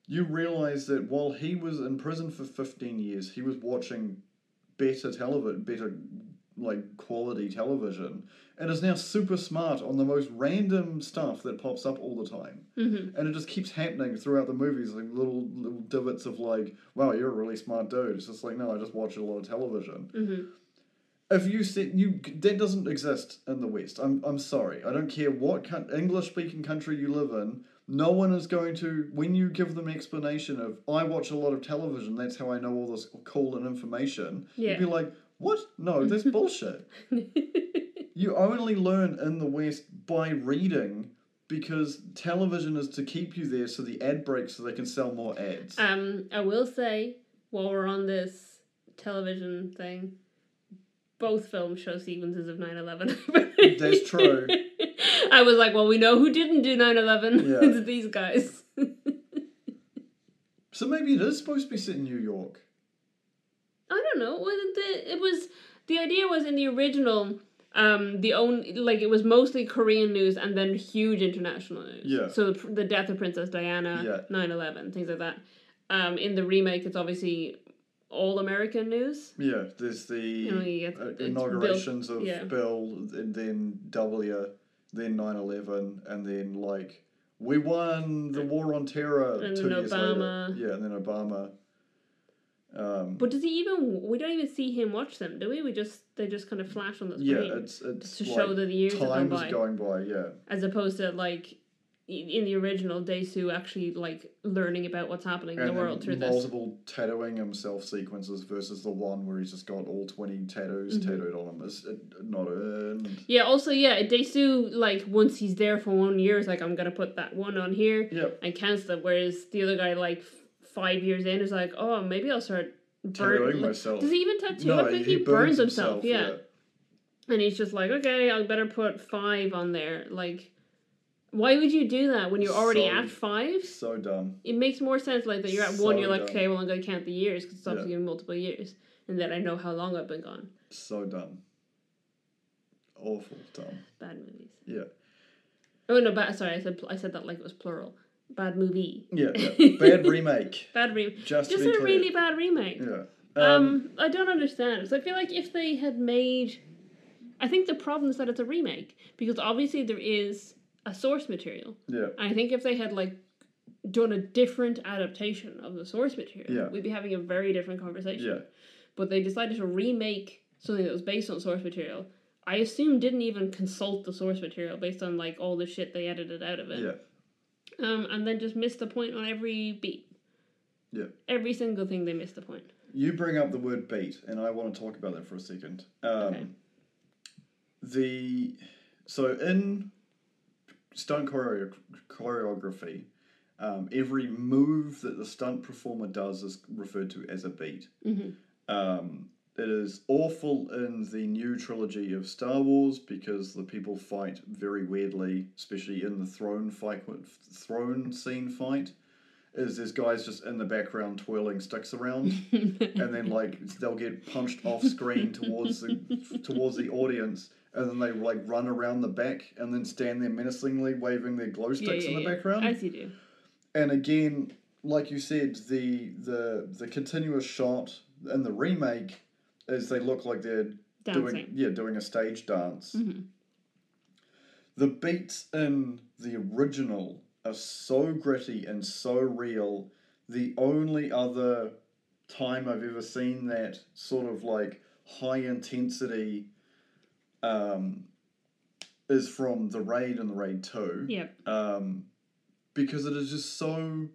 S2: you realize that while he was in prison for 15 years, he was watching better television, better like quality television, and is now super smart on the most random stuff that pops up all the time.
S1: Mm-hmm.
S2: And it just keeps happening throughout the movies, like little, little divots of like, wow, you're a really smart dude. It's just like, no, I just watch a lot of television
S1: Mm-hmm.
S2: if you said you that doesn't exist in the West. I'm I'm sorry. I don't care what coun- English speaking country you live in. No one is going to when you give them explanation of I watch a lot of television. That's how I know all this cool and information.
S1: Yeah.
S2: You'd be like, what? No, that's bullshit. You only learn in the West by reading because television is to keep you there so the ad breaks so they can sell more ads.
S1: Um, I will say while we're on this television thing, both films show sequences of 9-11.
S2: That's true.
S1: I was like, well, we know who didn't do 9-11.
S2: Yeah.
S1: it's these guys.
S2: so maybe it is supposed to be set in New York.
S1: I don't know. Wasn't the, it was the idea was in the original. Um, the only like it was mostly Korean news and then huge international news.
S2: Yeah.
S1: So the, the death of Princess Diana,
S2: Yeah.
S1: nine eleven, 9/11, things like that. Um, in the remake, it's obviously all American news.
S2: Yeah, there's the
S1: And we get-
S2: uh,
S1: it's Bill-
S2: inaugurations of
S1: yeah.
S2: Bill, and then W, then 9 11, and then like, we won the war on terror
S1: And
S2: two
S1: then
S2: years
S1: Obama.
S2: later. Yeah, and then Obama. Um,
S1: But does he even? We don't even see him watch them, do we? We just they just kind of flash on the
S2: yeah,
S1: screen
S2: it's it's
S1: to
S2: like
S1: show that the years have gone
S2: time's
S1: by,
S2: going by. Yeah,
S1: as opposed to like i- in the original Daisu actually like learning about what's happening in
S2: and
S1: the world
S2: then
S1: through this.
S2: multiple tattooing himself sequences versus the one where he's just got all twenty tattoos
S1: Mhm.
S2: tattooed on him. It's uh, not earned.
S1: Yeah. Also, yeah, Daisu like once he's there for one year, is like I'm gonna put that one on here
S2: Yep,
S1: and cancel it. Whereas the other guy, like f- five years in, is like, oh, maybe I'll start
S2: tattooing
S1: burning.
S2: myself.
S1: Does he even tattoo? I think he, burns, himself. yeah. And he's just like, okay, I better put five on there. Like, why would you do that when you're already
S2: So-
S1: at five?
S2: yeah. So dumb.
S1: It makes more sense, like, that you're at
S2: So
S1: one, you're like,
S2: dumb.
S1: okay, well, I'm going to count the years because it's
S2: Yeah.
S1: obviously multiple years. And then I know how long I've been gone.
S2: So dumb. Awful dumb.
S1: Bad movies.
S2: Yeah.
S1: Oh, no, bad. Sorry, I said, pl- I said that like it was plural. Bad movie.
S2: Yeah, yeah. bad remake.
S1: Bad remake.
S2: Just,
S1: Just
S2: to be
S1: a
S2: clear.
S1: really bad remake.
S2: yeah.
S1: Um,
S2: Um,
S1: I don't understand. So I feel like if they had made, I think the problem is that it's a remake because obviously there is a source material.
S2: yeah.
S1: I think if they had like done a different adaptation of the source material,
S2: Yeah.
S1: we'd be having a very different conversation.
S2: Yeah.
S1: But they decided to remake something that was based on source material. I assume didn't even consult the source material based on like all the shit they edited out of it.
S2: Yeah.
S1: Um, and then just missed the point on every beat.
S2: Yeah.
S1: Every single thing they missed the point.
S2: You bring up the word beat, and I want to talk about that for a second. Um,
S1: Okay.
S2: The so in stunt choreo- choreography, um, every move that the stunt performer does is referred to as a beat.
S1: Mhm.
S2: Um, it is awful in the new trilogy of Star Wars because the people fight very weirdly, especially in the throne fight, throne scene fight. Is there's guys just in the background twirling sticks around, and then like they'll get punched off screen towards the towards the audience, and then they like run around the back and then stand there menacingly waving their glow sticks in the background
S1: As you do.
S2: and again, like you said, the the the continuous shot in the remake is they look like they're doing
S1: Dancing.
S2: yeah doing a stage dance.
S1: Mhm.
S2: The beats in the original are so gritty and so real. The only other time I've ever seen that sort of like high intensity um, is from the raid and the raid two
S1: Yeah.
S2: um, because it is just so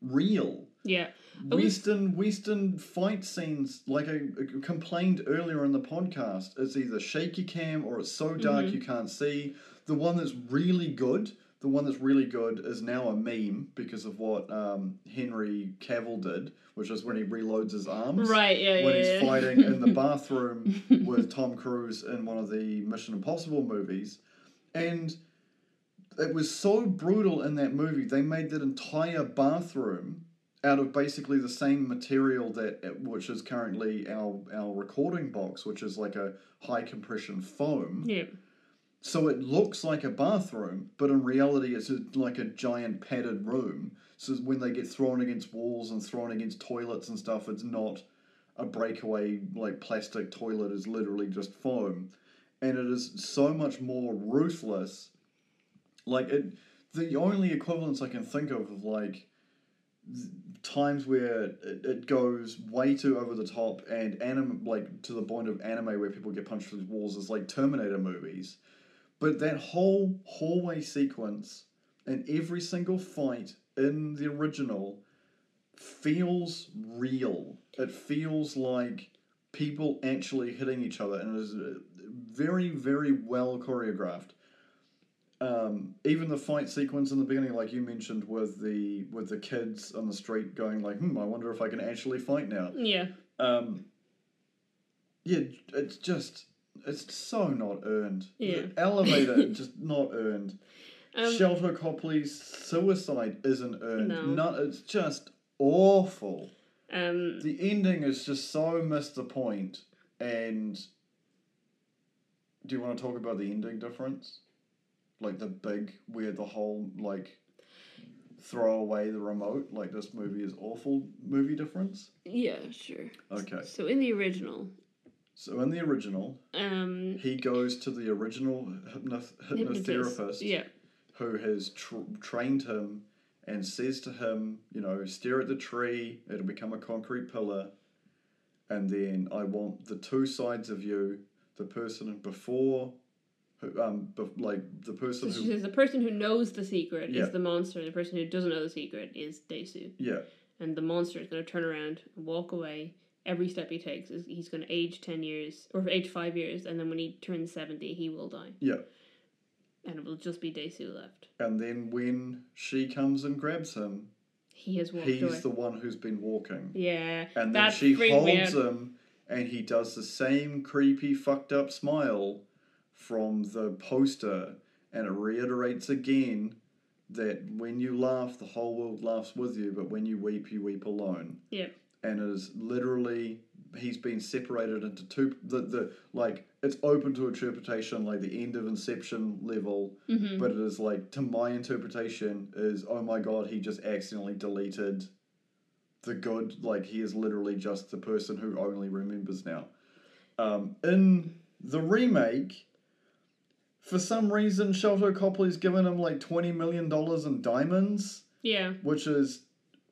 S2: real.
S1: Yeah. Are we-
S2: Western Western fight scenes, like I I complained earlier in the podcast, is either shaky cam or it's so dark
S1: Mm-hmm.
S2: you can't see. The one that's really good, the one that's really good, is now a meme because of what um, Henry Cavill did, which is when he reloads his arms
S1: Right, yeah,
S2: when
S1: yeah.
S2: he's
S1: yeah.
S2: fighting in the bathroom with Tom Cruise in one of the Mission Impossible movies. And it was so brutal in that movie, they made that entire bathroom out of basically the same material that which is currently our our recording box, which is like a high compression foam.
S1: yeah.
S2: So it looks like a bathroom, but in reality, it's a, like a giant padded room. So when they get thrown against walls and thrown against toilets and stuff, it's not a breakaway like plastic toilet. It's literally just foam, and it is so much more ruthless. Like it, the only equivalence I can think of of like th- times where it, it goes way too over the top and anime like to the point of anime where people get punched through walls is like Terminator movies. But that whole hallway sequence and every single fight in the original feels real. It feels like people actually hitting each other, and it is uh, very, very well choreographed. Um, even the fight sequence in the beginning, like you mentioned, with the with the kids on the street going like, "Hmm, I wonder if I can actually fight now."
S1: Yeah.
S2: Um, yeah, it's just it's so not earned.
S1: Yeah.
S2: The elevator just not earned.
S1: Um,
S2: Shelter Copley's suicide isn't earned.
S1: No.
S2: Not it's just awful.
S1: um,
S2: The ending is just so missed the point. And do you want to talk about the ending difference? Like the big where the whole like throw away the remote, like this movie is awful movie difference.
S1: yeah, sure.
S2: Okay.
S1: So in the original,
S2: So in the original,
S1: um,
S2: he goes to the original hypnoth-
S1: hypnotist-
S2: hypnotherapist
S1: Yeah.
S2: who has tr- trained him and says to him, you know, stare at the tree, it'll become a concrete pillar. And then I want the two sides of you, the person before, who, um, bef- like the person
S1: So
S2: who
S1: she says the person who knows the secret
S2: Yeah.
S1: is the monster, and the person who doesn't know the secret is Desu.
S2: Yeah,
S1: And the monster is going to turn around and walk away. Every step he takes, is he's going to age 10 years, or age 5 years, and then when he turns 70, he will die.
S2: yeah.
S1: And it will just be Desu left.
S2: And then when she comes and grabs him,
S1: He has walked
S2: he's
S1: away.
S2: the one who's been walking.
S1: yeah.
S2: And then
S1: that
S2: she
S1: freaked me
S2: holds
S1: out.
S2: him and he does the same creepy fucked up smile from the poster and it reiterates again that when you laugh the whole world laughs with you, but when you weep you weep alone.
S1: Yeah.
S2: And it is literally he's been separated into two the, the like it's open to interpretation like the end of inception level
S1: hmm
S2: but it is like to my interpretation is oh my god he just accidentally deleted the good like he is literally just the person who only remembers now um, in the remake for some reason shelter copley's given him like 20 million dollars in diamonds
S1: Yeah.
S2: which is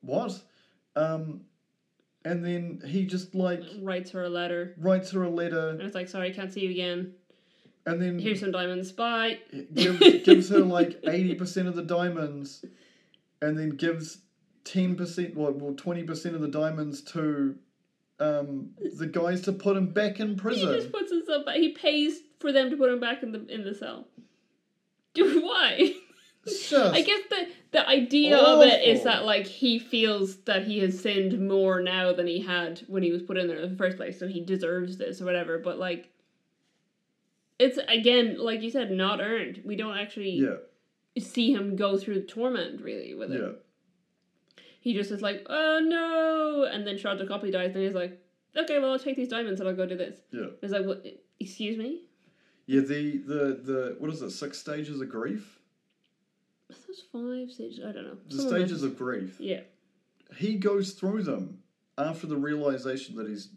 S2: what um, and then he just like
S1: Writes her a letter.
S2: writes her a letter
S1: And it's like, sorry, can't see you again.
S2: and then
S1: Here's some diamonds. Bye.
S2: gives, gives her like 80% of the diamonds and then gives 10% well, well 20% of the diamonds to um, the guys to put him back in
S1: He just
S2: prison
S1: puts himself back. He pays for them to put him back in the in the cell. Dude, why?
S2: It's just-
S1: I guess the the idea of it is that like he feels that he has sinned more now than he had when he was put in there in the first place, so he deserves this or whatever. But like, it's again like you said, not earned. We don't actually
S2: yeah
S1: see him go through torment really with it.
S2: yeah
S1: He just is like, oh no, and then Charlotte Copley dies, and he's like, okay, well I'll take these diamonds and I'll go do this.
S2: yeah
S1: It's like, what? Excuse me.
S2: yeah the the the what is it six stages of grief
S1: Those five stages, I don't know.
S2: the
S1: Some of them.
S2: stages of grief
S1: Yeah,
S2: he goes through them after the realization that he's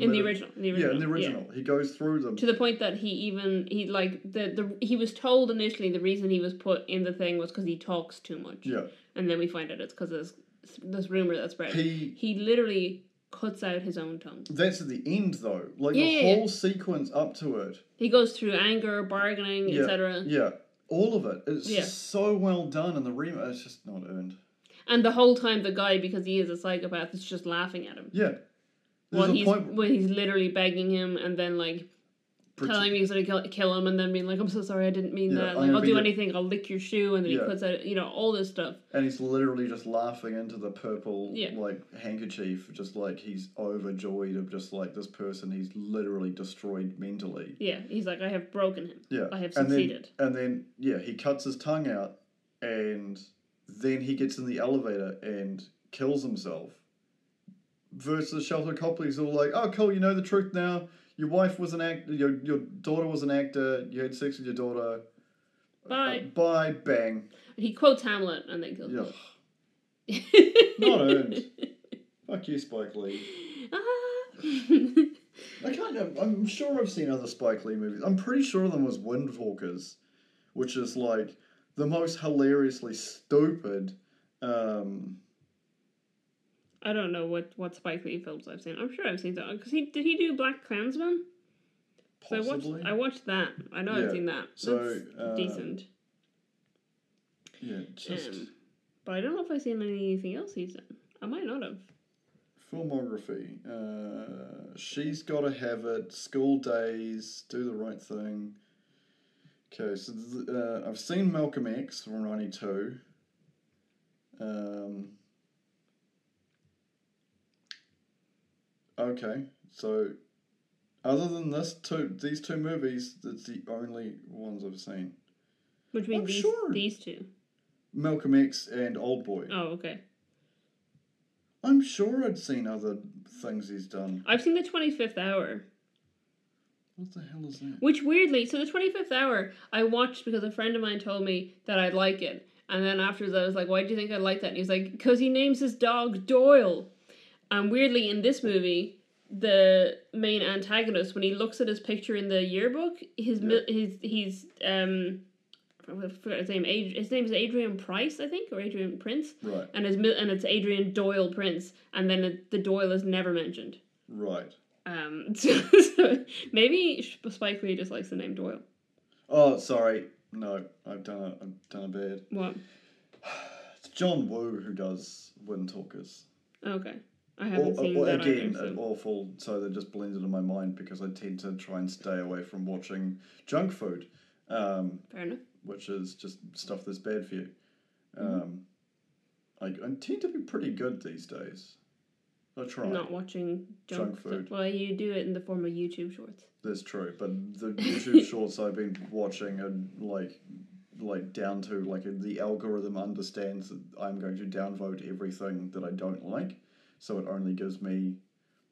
S1: in
S2: committed
S1: the original, in the
S2: yeah
S1: original,
S2: in the original he goes through them
S1: To the point that he even he like the the he was told initially the reason he was put in the thing was because he talks too much.
S2: yeah
S1: and then we find out it's because this this rumor that spread. He,
S2: he
S1: literally cuts out his own tongue.
S2: that's at the end though like
S1: Yeah,
S2: the
S1: yeah, yeah.
S2: whole sequence up to it
S1: He goes through anger, bargaining,
S2: Yeah.
S1: etc.
S2: Yeah, all of it. It's
S1: Yeah.
S2: just so well done, and the remake it's just not earned.
S1: And the whole time, the guy because he is a psychopath is just laughing at him.
S2: Yeah, there's
S1: Well,
S2: a
S1: he's
S2: point.
S1: well, he's literally begging him, and then like
S2: Pretend,
S1: telling me he's gonna kill, kill him and then being like, I'm so sorry, I didn't mean
S2: Yeah, I'm
S1: that. Like,
S2: gonna
S1: I'll
S2: be
S1: do
S2: the-
S1: anything, I'll lick your shoe, and then
S2: Yeah.
S1: he puts out, you know, all this stuff.
S2: and he's literally just laughing into the purple
S1: Yeah.
S2: like handkerchief, just like he's overjoyed of just like this person he's literally destroyed mentally.
S1: Yeah, he's like, I have broken him.
S2: Yeah,
S1: I have
S2: and then
S1: succeeded.
S2: and then yeah, he cuts his tongue out, and then he gets in the elevator and kills himself. Versus Shelter Copley's all like, oh cool, you know the truth now. Your wife was an actor. Your your daughter was an actor. You had sex with your daughter.
S1: Bye.
S2: Uh, bye. Bang.
S1: And he quotes Hamlet and then kills
S2: Yeah.
S1: him.
S2: Not earned. Fuck you, Spike Lee.
S1: Ah.
S2: I kind of. I'm sure I've seen other Spike Lee movies. I'm pretty sure them was Windwalkers, which is like the most hilariously stupid. Um,
S1: I don't know what, what Spike Lee films I've seen. I'm sure I've seen that. Because he, did he do Black Klansman? 'Cause
S2: possibly.
S1: I watched, I watched that. I know
S2: Yeah.
S1: I've seen that.
S2: So,
S1: That's
S2: uh,
S1: decent.
S2: yeah, just
S1: Um, but I don't know if I've seen anything else he's done. I might not have.
S2: filmography. Uh, she's got to have it. School days. Do the right thing. Okay, so th- uh, I've seen Malcolm X from '92. Um, okay, so other than this two, these two movies, that's the only ones I've seen.
S1: Which means
S2: I'm
S1: these,
S2: sure.
S1: these two.
S2: Malcolm X and Old Boy.
S1: Oh, okay.
S2: I'm sure I'd seen other things he's done.
S1: I've seen the 25th hour.
S2: What the hell is that?
S1: Which weirdly, so the 25th hour I watched because a friend of mine told me that I'd like it. And then afterwards I was like, why do you think I'd like that? And he was like, because he names his dog Doyle. And weirdly, in this movie, the main antagonist, when he looks at his picture in the yearbook, his mi- his he's um I forgot his name. Ad- His name is Adrian Price, I think, or Adrian Prince,
S2: Right,
S1: and his mi- and it's Adrian Doyle Prince, and then it, the Doyle is never mentioned.
S2: right.
S1: Um, so, so maybe Sh- Spike Lee just likes the name Doyle.
S2: Oh, sorry. No, I've done a, I've done a bad.
S1: What?
S2: It's John Woo who does Wind Talkers.
S1: Okay, I
S2: Or,
S1: haven't seen
S2: or
S1: that
S2: again,
S1: either. so-
S2: an awful. So that just blends into my mind because I tend to try and stay away from watching junk food, um,
S1: Fair enough.
S2: which is just stuff that's bad for you.
S1: Mm-hmm.
S2: Um, I, I tend to be pretty good these days. I try.
S1: Not watching junk,
S2: Junk
S1: stuff.
S2: food.
S1: Well, you do it in the form of YouTube Shorts.
S2: That's true, but the YouTube shorts I've been watching are like, like down to like the algorithm understands that I'm going to downvote everything that I don't like, so it only gives me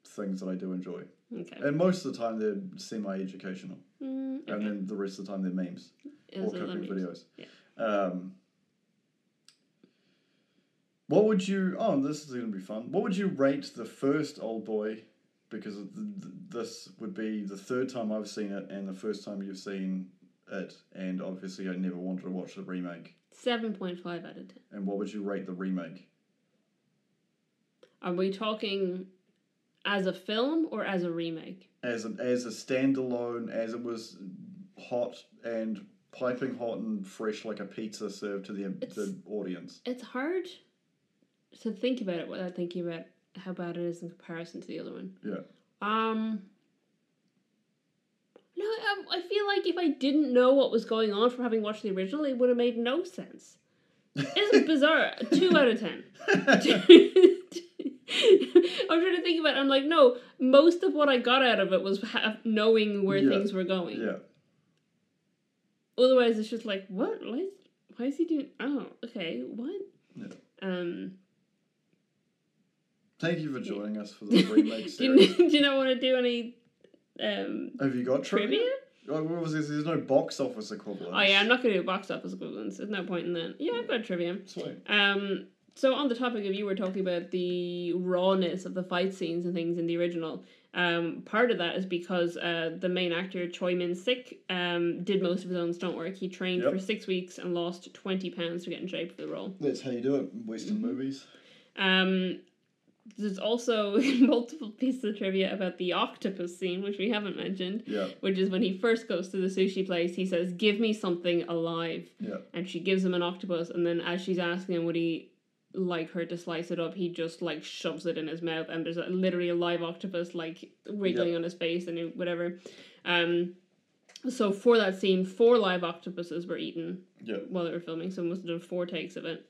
S2: things that I do enjoy,
S1: Okay.
S2: and most of the time they're semi-educational,
S1: Mm,
S2: and
S1: okay.
S2: then the rest of the time they're memes
S1: Yeah,
S2: or
S1: so that
S2: cooking
S1: means-
S2: videos.
S1: yeah.
S2: Um, what would you? Oh, this is going to be fun. What would you rate the first Old Boy? Because th- th- this would be the third time I've seen it, and the first time you've seen it, and obviously I never wanted to watch the remake.
S1: Seven point five out of ten.
S2: And what would you rate the remake?
S1: Are we talking as a film or as a remake?
S2: As a, as a standalone, as it was hot and piping hot and fresh like a pizza served to the, the
S1: It's-
S2: audience.
S1: It's hard to think about it without thinking about how bad it is in comparison to the other one.
S2: Yeah.
S1: Um. No, I, I feel like if I didn't know what was going on from having watched the original, it would have made no sense. It's bizarre. Two out of ten. I'm trying to think about. It. I'm like, no. Most of what I got out of it was ha- knowing where
S2: Yeah.
S1: things were going.
S2: yeah.
S1: Otherwise, it's just like, what? Why? Is, why is he doing? Oh, okay. What?
S2: Yeah.
S1: Um.
S2: Thank you for joining us for
S1: do,
S2: the remake
S1: you,
S2: series.
S1: do you not want to do any um
S2: Have you got trivia?
S1: trivia?
S2: Like, what was this? There's no box office equivalent.
S1: Oh yeah, I'm not going to do box office equivalents. There's no point in that. Yeah, I've got trivia.
S2: Sweet.
S1: Um, so on the topic of you were talking about the rawness of the fight scenes and things in the original. Um, part of that is because uh, the main actor Choi Min Sik um, did most of his own stunt work. He trained
S2: Yep.
S1: for six weeks and lost twenty pounds to get in shape for the role.
S2: That's how you do it in Western
S1: Mhm.
S2: movies.
S1: Um, there's also multiple pieces of trivia about the octopus scene, which we haven't mentioned,
S2: Yeah.
S1: which is when he first goes to the sushi place. He says, "Give me something alive,"
S2: Yeah.
S1: and she gives him an octopus. And then, as she's asking him, would he like her to slice it up, he just like shoves it in his mouth, and there's a, literally a live octopus like wriggling on his face and it- whatever. Um, so for that scene, four live octopuses were eaten
S2: Yeah.
S1: while they were filming, so must have done four takes of it.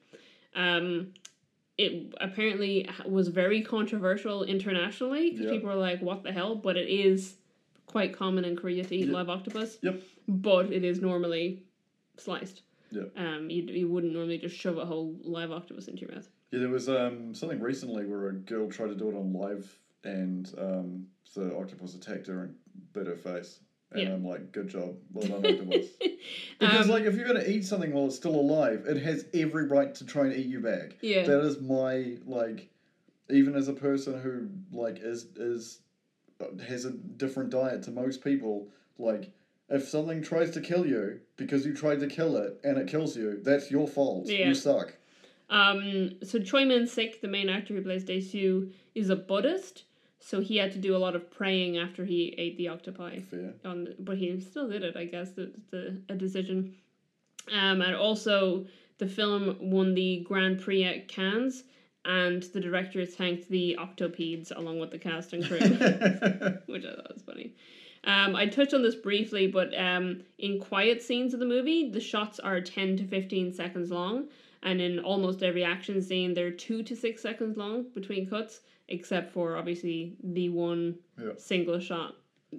S1: Um, it apparently h- was very controversial internationally because
S2: Yeah.
S1: people were like, "What the hell?" But it is quite common in Korea to eat
S2: Yeah.
S1: live octopus.
S2: Yep.
S1: But it is normally sliced.
S2: Yeah.
S1: Um, you you wouldn't normally just shove a whole live octopus into your mouth.
S2: Yeah. There was um something recently where a girl tried to do it on live, and um the octopus attacked her and bit her face. And
S1: Yeah.
S2: I'm like, good job, well done, octopus. Because
S1: Um,
S2: like, if you're gonna eat something while it's still alive, it has every right to try and eat you back.
S1: Yeah.
S2: That is my like, even as a person who like is is has a different diet to most people. Like, if something tries to kill you because you tried to kill it and it kills you, that's your fault.
S1: Yeah.
S2: You suck.
S1: Um, so Choi Min Sik, the main actor who plays Daesu, is a Buddhist, so he had to do a lot of praying after he ate the octopi.
S2: Fair.
S1: on the, but he still did it i guess the, the a decision um and also the film won the grand prix at cannes and the director thanked the octopedes along with the cast and crew which i thought was funny um, I touched on this briefly, but um, in quiet scenes of the movie, the shots are 10 to 15 seconds long, and in almost every action scene, they're 2 to 6 seconds long between cuts, except for obviously the one
S2: Yeah.
S1: single shot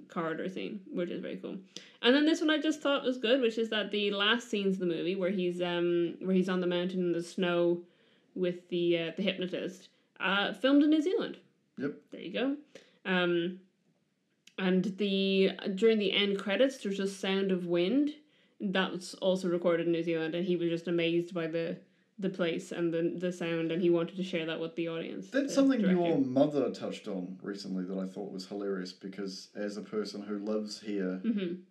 S1: corridor scene, which is very cool. And then this one I just thought was good, which is that the last scenes of the movie where he's um where he's on the mountain in the snow with the uh, the hypnotist, uh, filmed in New Zealand.
S2: Yep.
S1: There you go. Um, and the during the end credits, there's just sound of wind. That was also recorded in New Zealand, and he was just amazed by the the place and the the sound, and he wanted to share that with the audience. the
S2: That's something
S1: director.
S2: your mother touched on recently that I thought was hilarious because as a person who lives here,
S1: Mhm.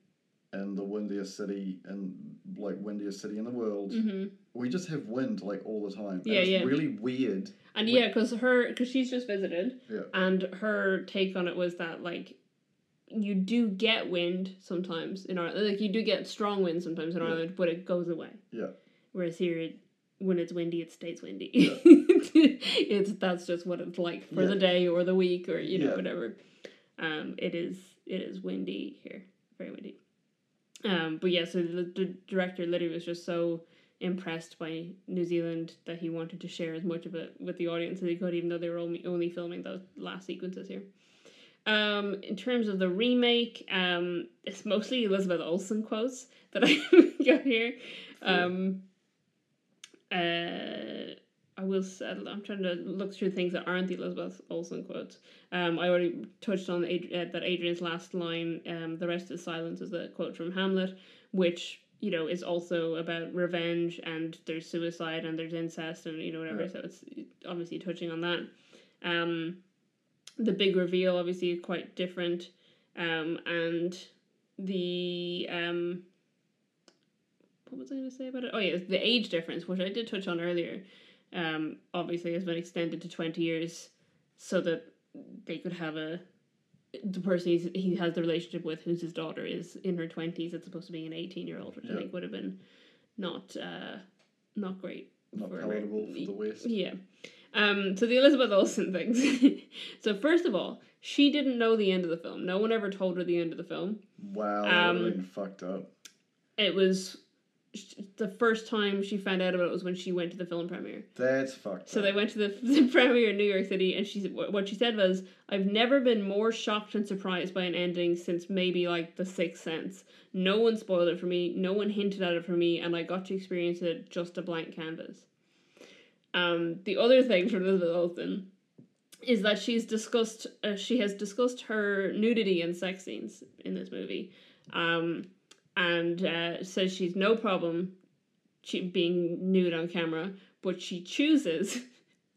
S2: in the windiest city and like windiest city in the world.
S1: hmm
S2: We just have wind like all the time. and
S1: Yeah,
S2: it's
S1: yeah.
S2: really weird.
S1: And
S2: Wh-
S1: yeah, because her, because she's just visited,
S2: Yeah.
S1: and her take on it was that like, you do get wind sometimes in Ireland, like you do get strong wind sometimes in
S2: Yeah.
S1: Ireland, but it goes away.
S2: Yeah.
S1: Whereas here, it, when it's windy, it stays windy.
S2: Yeah.
S1: it's that's just what it's like for
S2: Yeah.
S1: the day or the week or you know
S2: Yeah.
S1: whatever. Um, it is it is windy here, very windy. Um, but yeah, so the, the director literally was just so impressed by New Zealand that he wanted to share as much of it with the audience as he could, even though they were only, only filming those last sequences here. Um, in terms of the remake, um, it's mostly Elizabeth Olsen quotes that I got here. Um, uh, I will. s- I'm trying to look through things that aren't the Elizabeth Olsen quotes. Um, I already touched on Ad- uh, that Adrian's last line. Um, the rest is silence is a quote from Hamlet, which you know is also about revenge and there's suicide and there's incest and you know whatever.
S2: Yeah.
S1: So it's obviously touching on that. Um, the big reveal obviously is quite different, um, and the um, what was I going to say about it? Oh yeah, the age difference, which I did touch on earlier, um, obviously has been extended to twenty years, so that they could have a the person he's, he has the relationship with, who's his daughter, is in her twenties. It's supposed to be an eighteen year old, which I
S2: Yeah.
S1: think would have been not uh, not great.
S2: Not
S1: for-
S2: palatable for the West.
S1: Yeah. Um, so the Elizabeth Olsen things. so first of all, she didn't know the end of the film. No one ever told her the end of the film.
S2: Wow, that
S1: Um,
S2: would've been fucked up.
S1: It was the first time she found out about it was when she went to the film premiere.
S2: That's fucked
S1: So
S2: up.
S1: they went to the, the premiere in New York City, and she what she said was, "I've never been more shocked and surprised by an ending since maybe like The Sixth Sense. No one spoiled it for me. No one hinted at it for me, and I got to experience it just a blank canvas." Um, the other thing from Elizabeth Olsen is that she's discussed uh, she has discussed her nudity and sex scenes in this movie, um, and uh, says she's no problem che- being nude on camera, but she chooses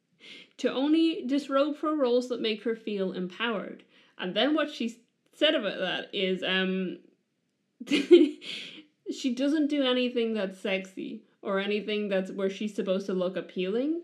S1: to only disrobe for roles that make her feel empowered. And then what she said about that is, um, she doesn't do anything that's sexy or anything that's where she's supposed to look appealing.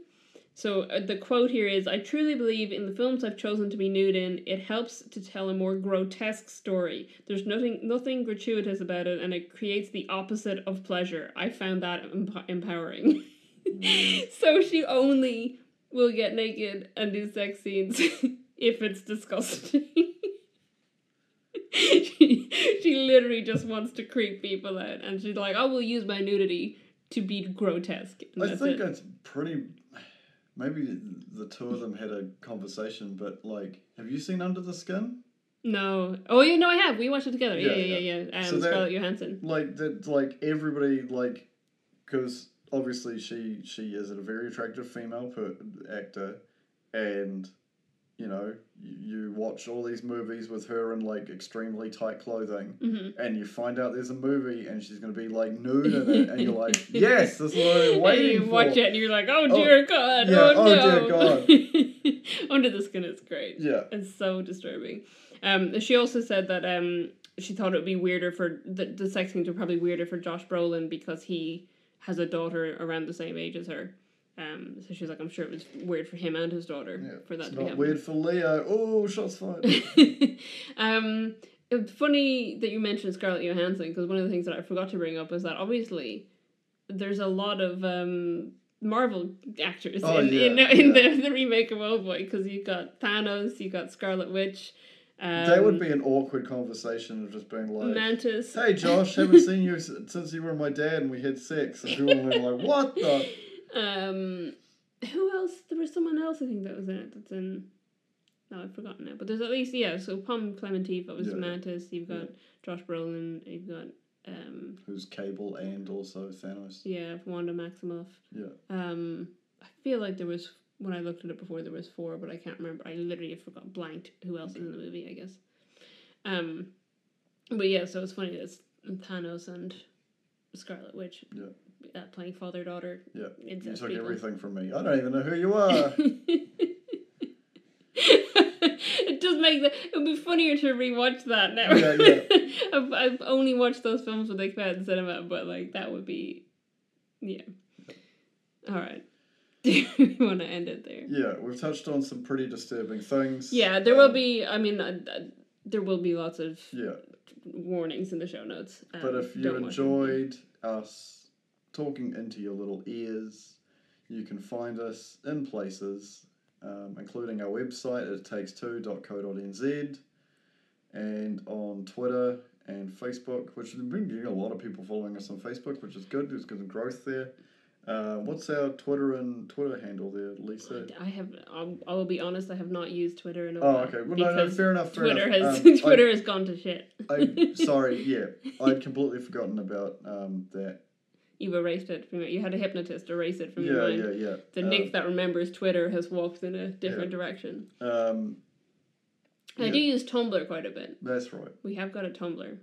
S1: So uh, the quote here is I truly believe in the films I've chosen to be nude in, it helps to tell a more grotesque story. There's nothing nothing gratuitous about it and it creates the opposite of pleasure. I found that emp- empowering
S2: Weird.
S1: so she only will get naked and do sex scenes if it's disgusting. she, she literally just wants to creep people out, and she's like, "I will use my nudity to be grotesque." And
S2: I
S1: that's
S2: think
S1: it.
S2: it's pretty. Maybe the two of them had a conversation, but like, have you seen Under the Skin?
S1: no. Oh, yeah, no, I have. We watched it together. Yeah, yeah,
S2: Yeah,
S1: yeah. yeah. Um,
S2: So there-
S1: Scarlett Johansson.
S2: Like that, like everybody, like, because obviously she she is a very attractive female per- actor, and you know you, you watch all these movies with her in like extremely tight clothing,
S1: Mm-hmm.
S2: and you find out there's a movie and she's gonna be like nude in it, and you're like, yes, this is what I've been waiting
S1: you
S2: for.
S1: watch it and you're like, "Oh
S2: Oh,
S1: dear God!
S2: yeah,
S1: oh
S2: oh, dear
S1: no!" Under the skin is great.
S2: Yeah,
S1: It's so disturbing. Um, she also said that um, she thought it would be weirder for the, the sex scenes were probably weirder for Josh Brolin because he has a daughter around the same age as her. Um, so she's like, I'm sure it was weird for him and his daughter
S2: yeah.
S1: for that
S2: it's
S1: to be
S2: not
S1: happening.
S2: weird for Leo. Oh, shots fired.
S1: um, it's funny that you mentioned Scarlett Johansson because one of the things that I forgot to bring up was that obviously there's a lot of um, Marvel actors
S2: Oh,
S1: in,
S2: yeah,
S1: in, in the, the remake of Oldboy because you've got Thanos, you've got Scarlet Witch. Um,
S2: That would be an awkward conversation of just being like,
S1: Mantis.
S2: "Hey, Josh, haven't seen you s- since you were my dad and we had sex." And people were like, "What the?"
S1: Um, who else? There was someone else I think that was in it. That's in. No, I've forgotten now. But there's at least yeah. So Pom Clemente, that was
S2: Yeah, yeah.
S1: Mantis. You've
S2: Yeah.
S1: got Josh Brolin. You've got um,
S2: Who's Cable and also Thanos?
S1: yeah, Wanda Maximoff.
S2: Yeah,
S1: Um, I feel like there was when I looked at it before there was four, but I can't remember. I literally forgot blanked who else is in the movie. I guess. Um, but yeah, so it's funny. that It's Thanos and Scarlet Witch.
S2: Yeah.
S1: Uh, playing father daughter.
S2: Yeah. you
S1: Incest
S2: took
S1: people.
S2: Uh. everything from me. I don't even know who you are.
S1: it does make the, it would be funnier to rewatch that now.
S2: Yeah, yeah.
S1: I've, I've only watched those films when they came out in cinema, but like that would be, yeah. All right, we want to end it there.
S2: Yeah, we've touched on some pretty disturbing things.
S1: Yeah, there will
S2: Um,
S1: be. I mean, uh, uh, there will be lots of
S2: Yeah,
S1: warnings in the show notes. Um,
S2: but if you
S1: don't watch them.
S2: enjoyed us talking into your little ears, you can find us in places, um, including our website at takes2.co.nz and on Twitter and Facebook, which we've been getting a lot of people following us on Facebook, which is good. There's good growth there. Uh, what's our Twitter and Twitter handle there, Lisa?
S1: I have. I'll, I will be honest. I have not used Twitter in a
S2: Oh,
S1: while.
S2: okay. Well, no, no,
S1: because
S2: fair enough. Fair
S1: Twitter
S2: enough.
S1: has
S2: Um, I-
S1: Twitter has gone to shit.
S2: I'm sorry. Yeah, I'd completely forgotten about um, that.
S1: You erased it from it. You had a hypnotist erase it from
S2: Yeah,
S1: your mind.
S2: yeah, yeah.
S1: The
S2: um,
S1: Nick that remembers Twitter has walked in a different direction.
S2: Um,
S1: I
S2: Yeah.
S1: do use Tumblr quite a bit.
S2: that's right.
S1: We have got a Tumblr.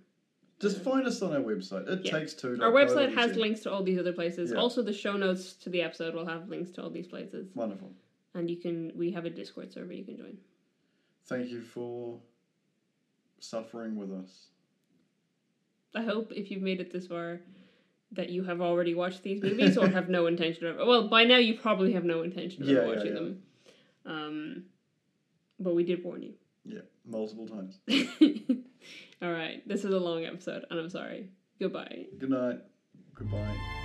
S2: Just find us on our website. It
S1: Yeah.
S2: takes two.
S1: Our website has links to all these other places.
S2: Yeah.
S1: Also, the show notes to the episode will have links to all these places.
S2: Wonderful.
S1: And you can. We have a Discord server you can join.
S2: Thank you for suffering with us.
S1: I hope if you've made it this far that you have already watched these movies or have no intention of well by now you probably have no intention of
S2: Yeah,
S1: ever
S2: yeah,
S1: watching
S2: yeah.
S1: them um but we did warn
S2: Yeah, multiple times.
S1: you all right this is a long episode and i'm sorry goodbye
S2: Good night. Goodbye.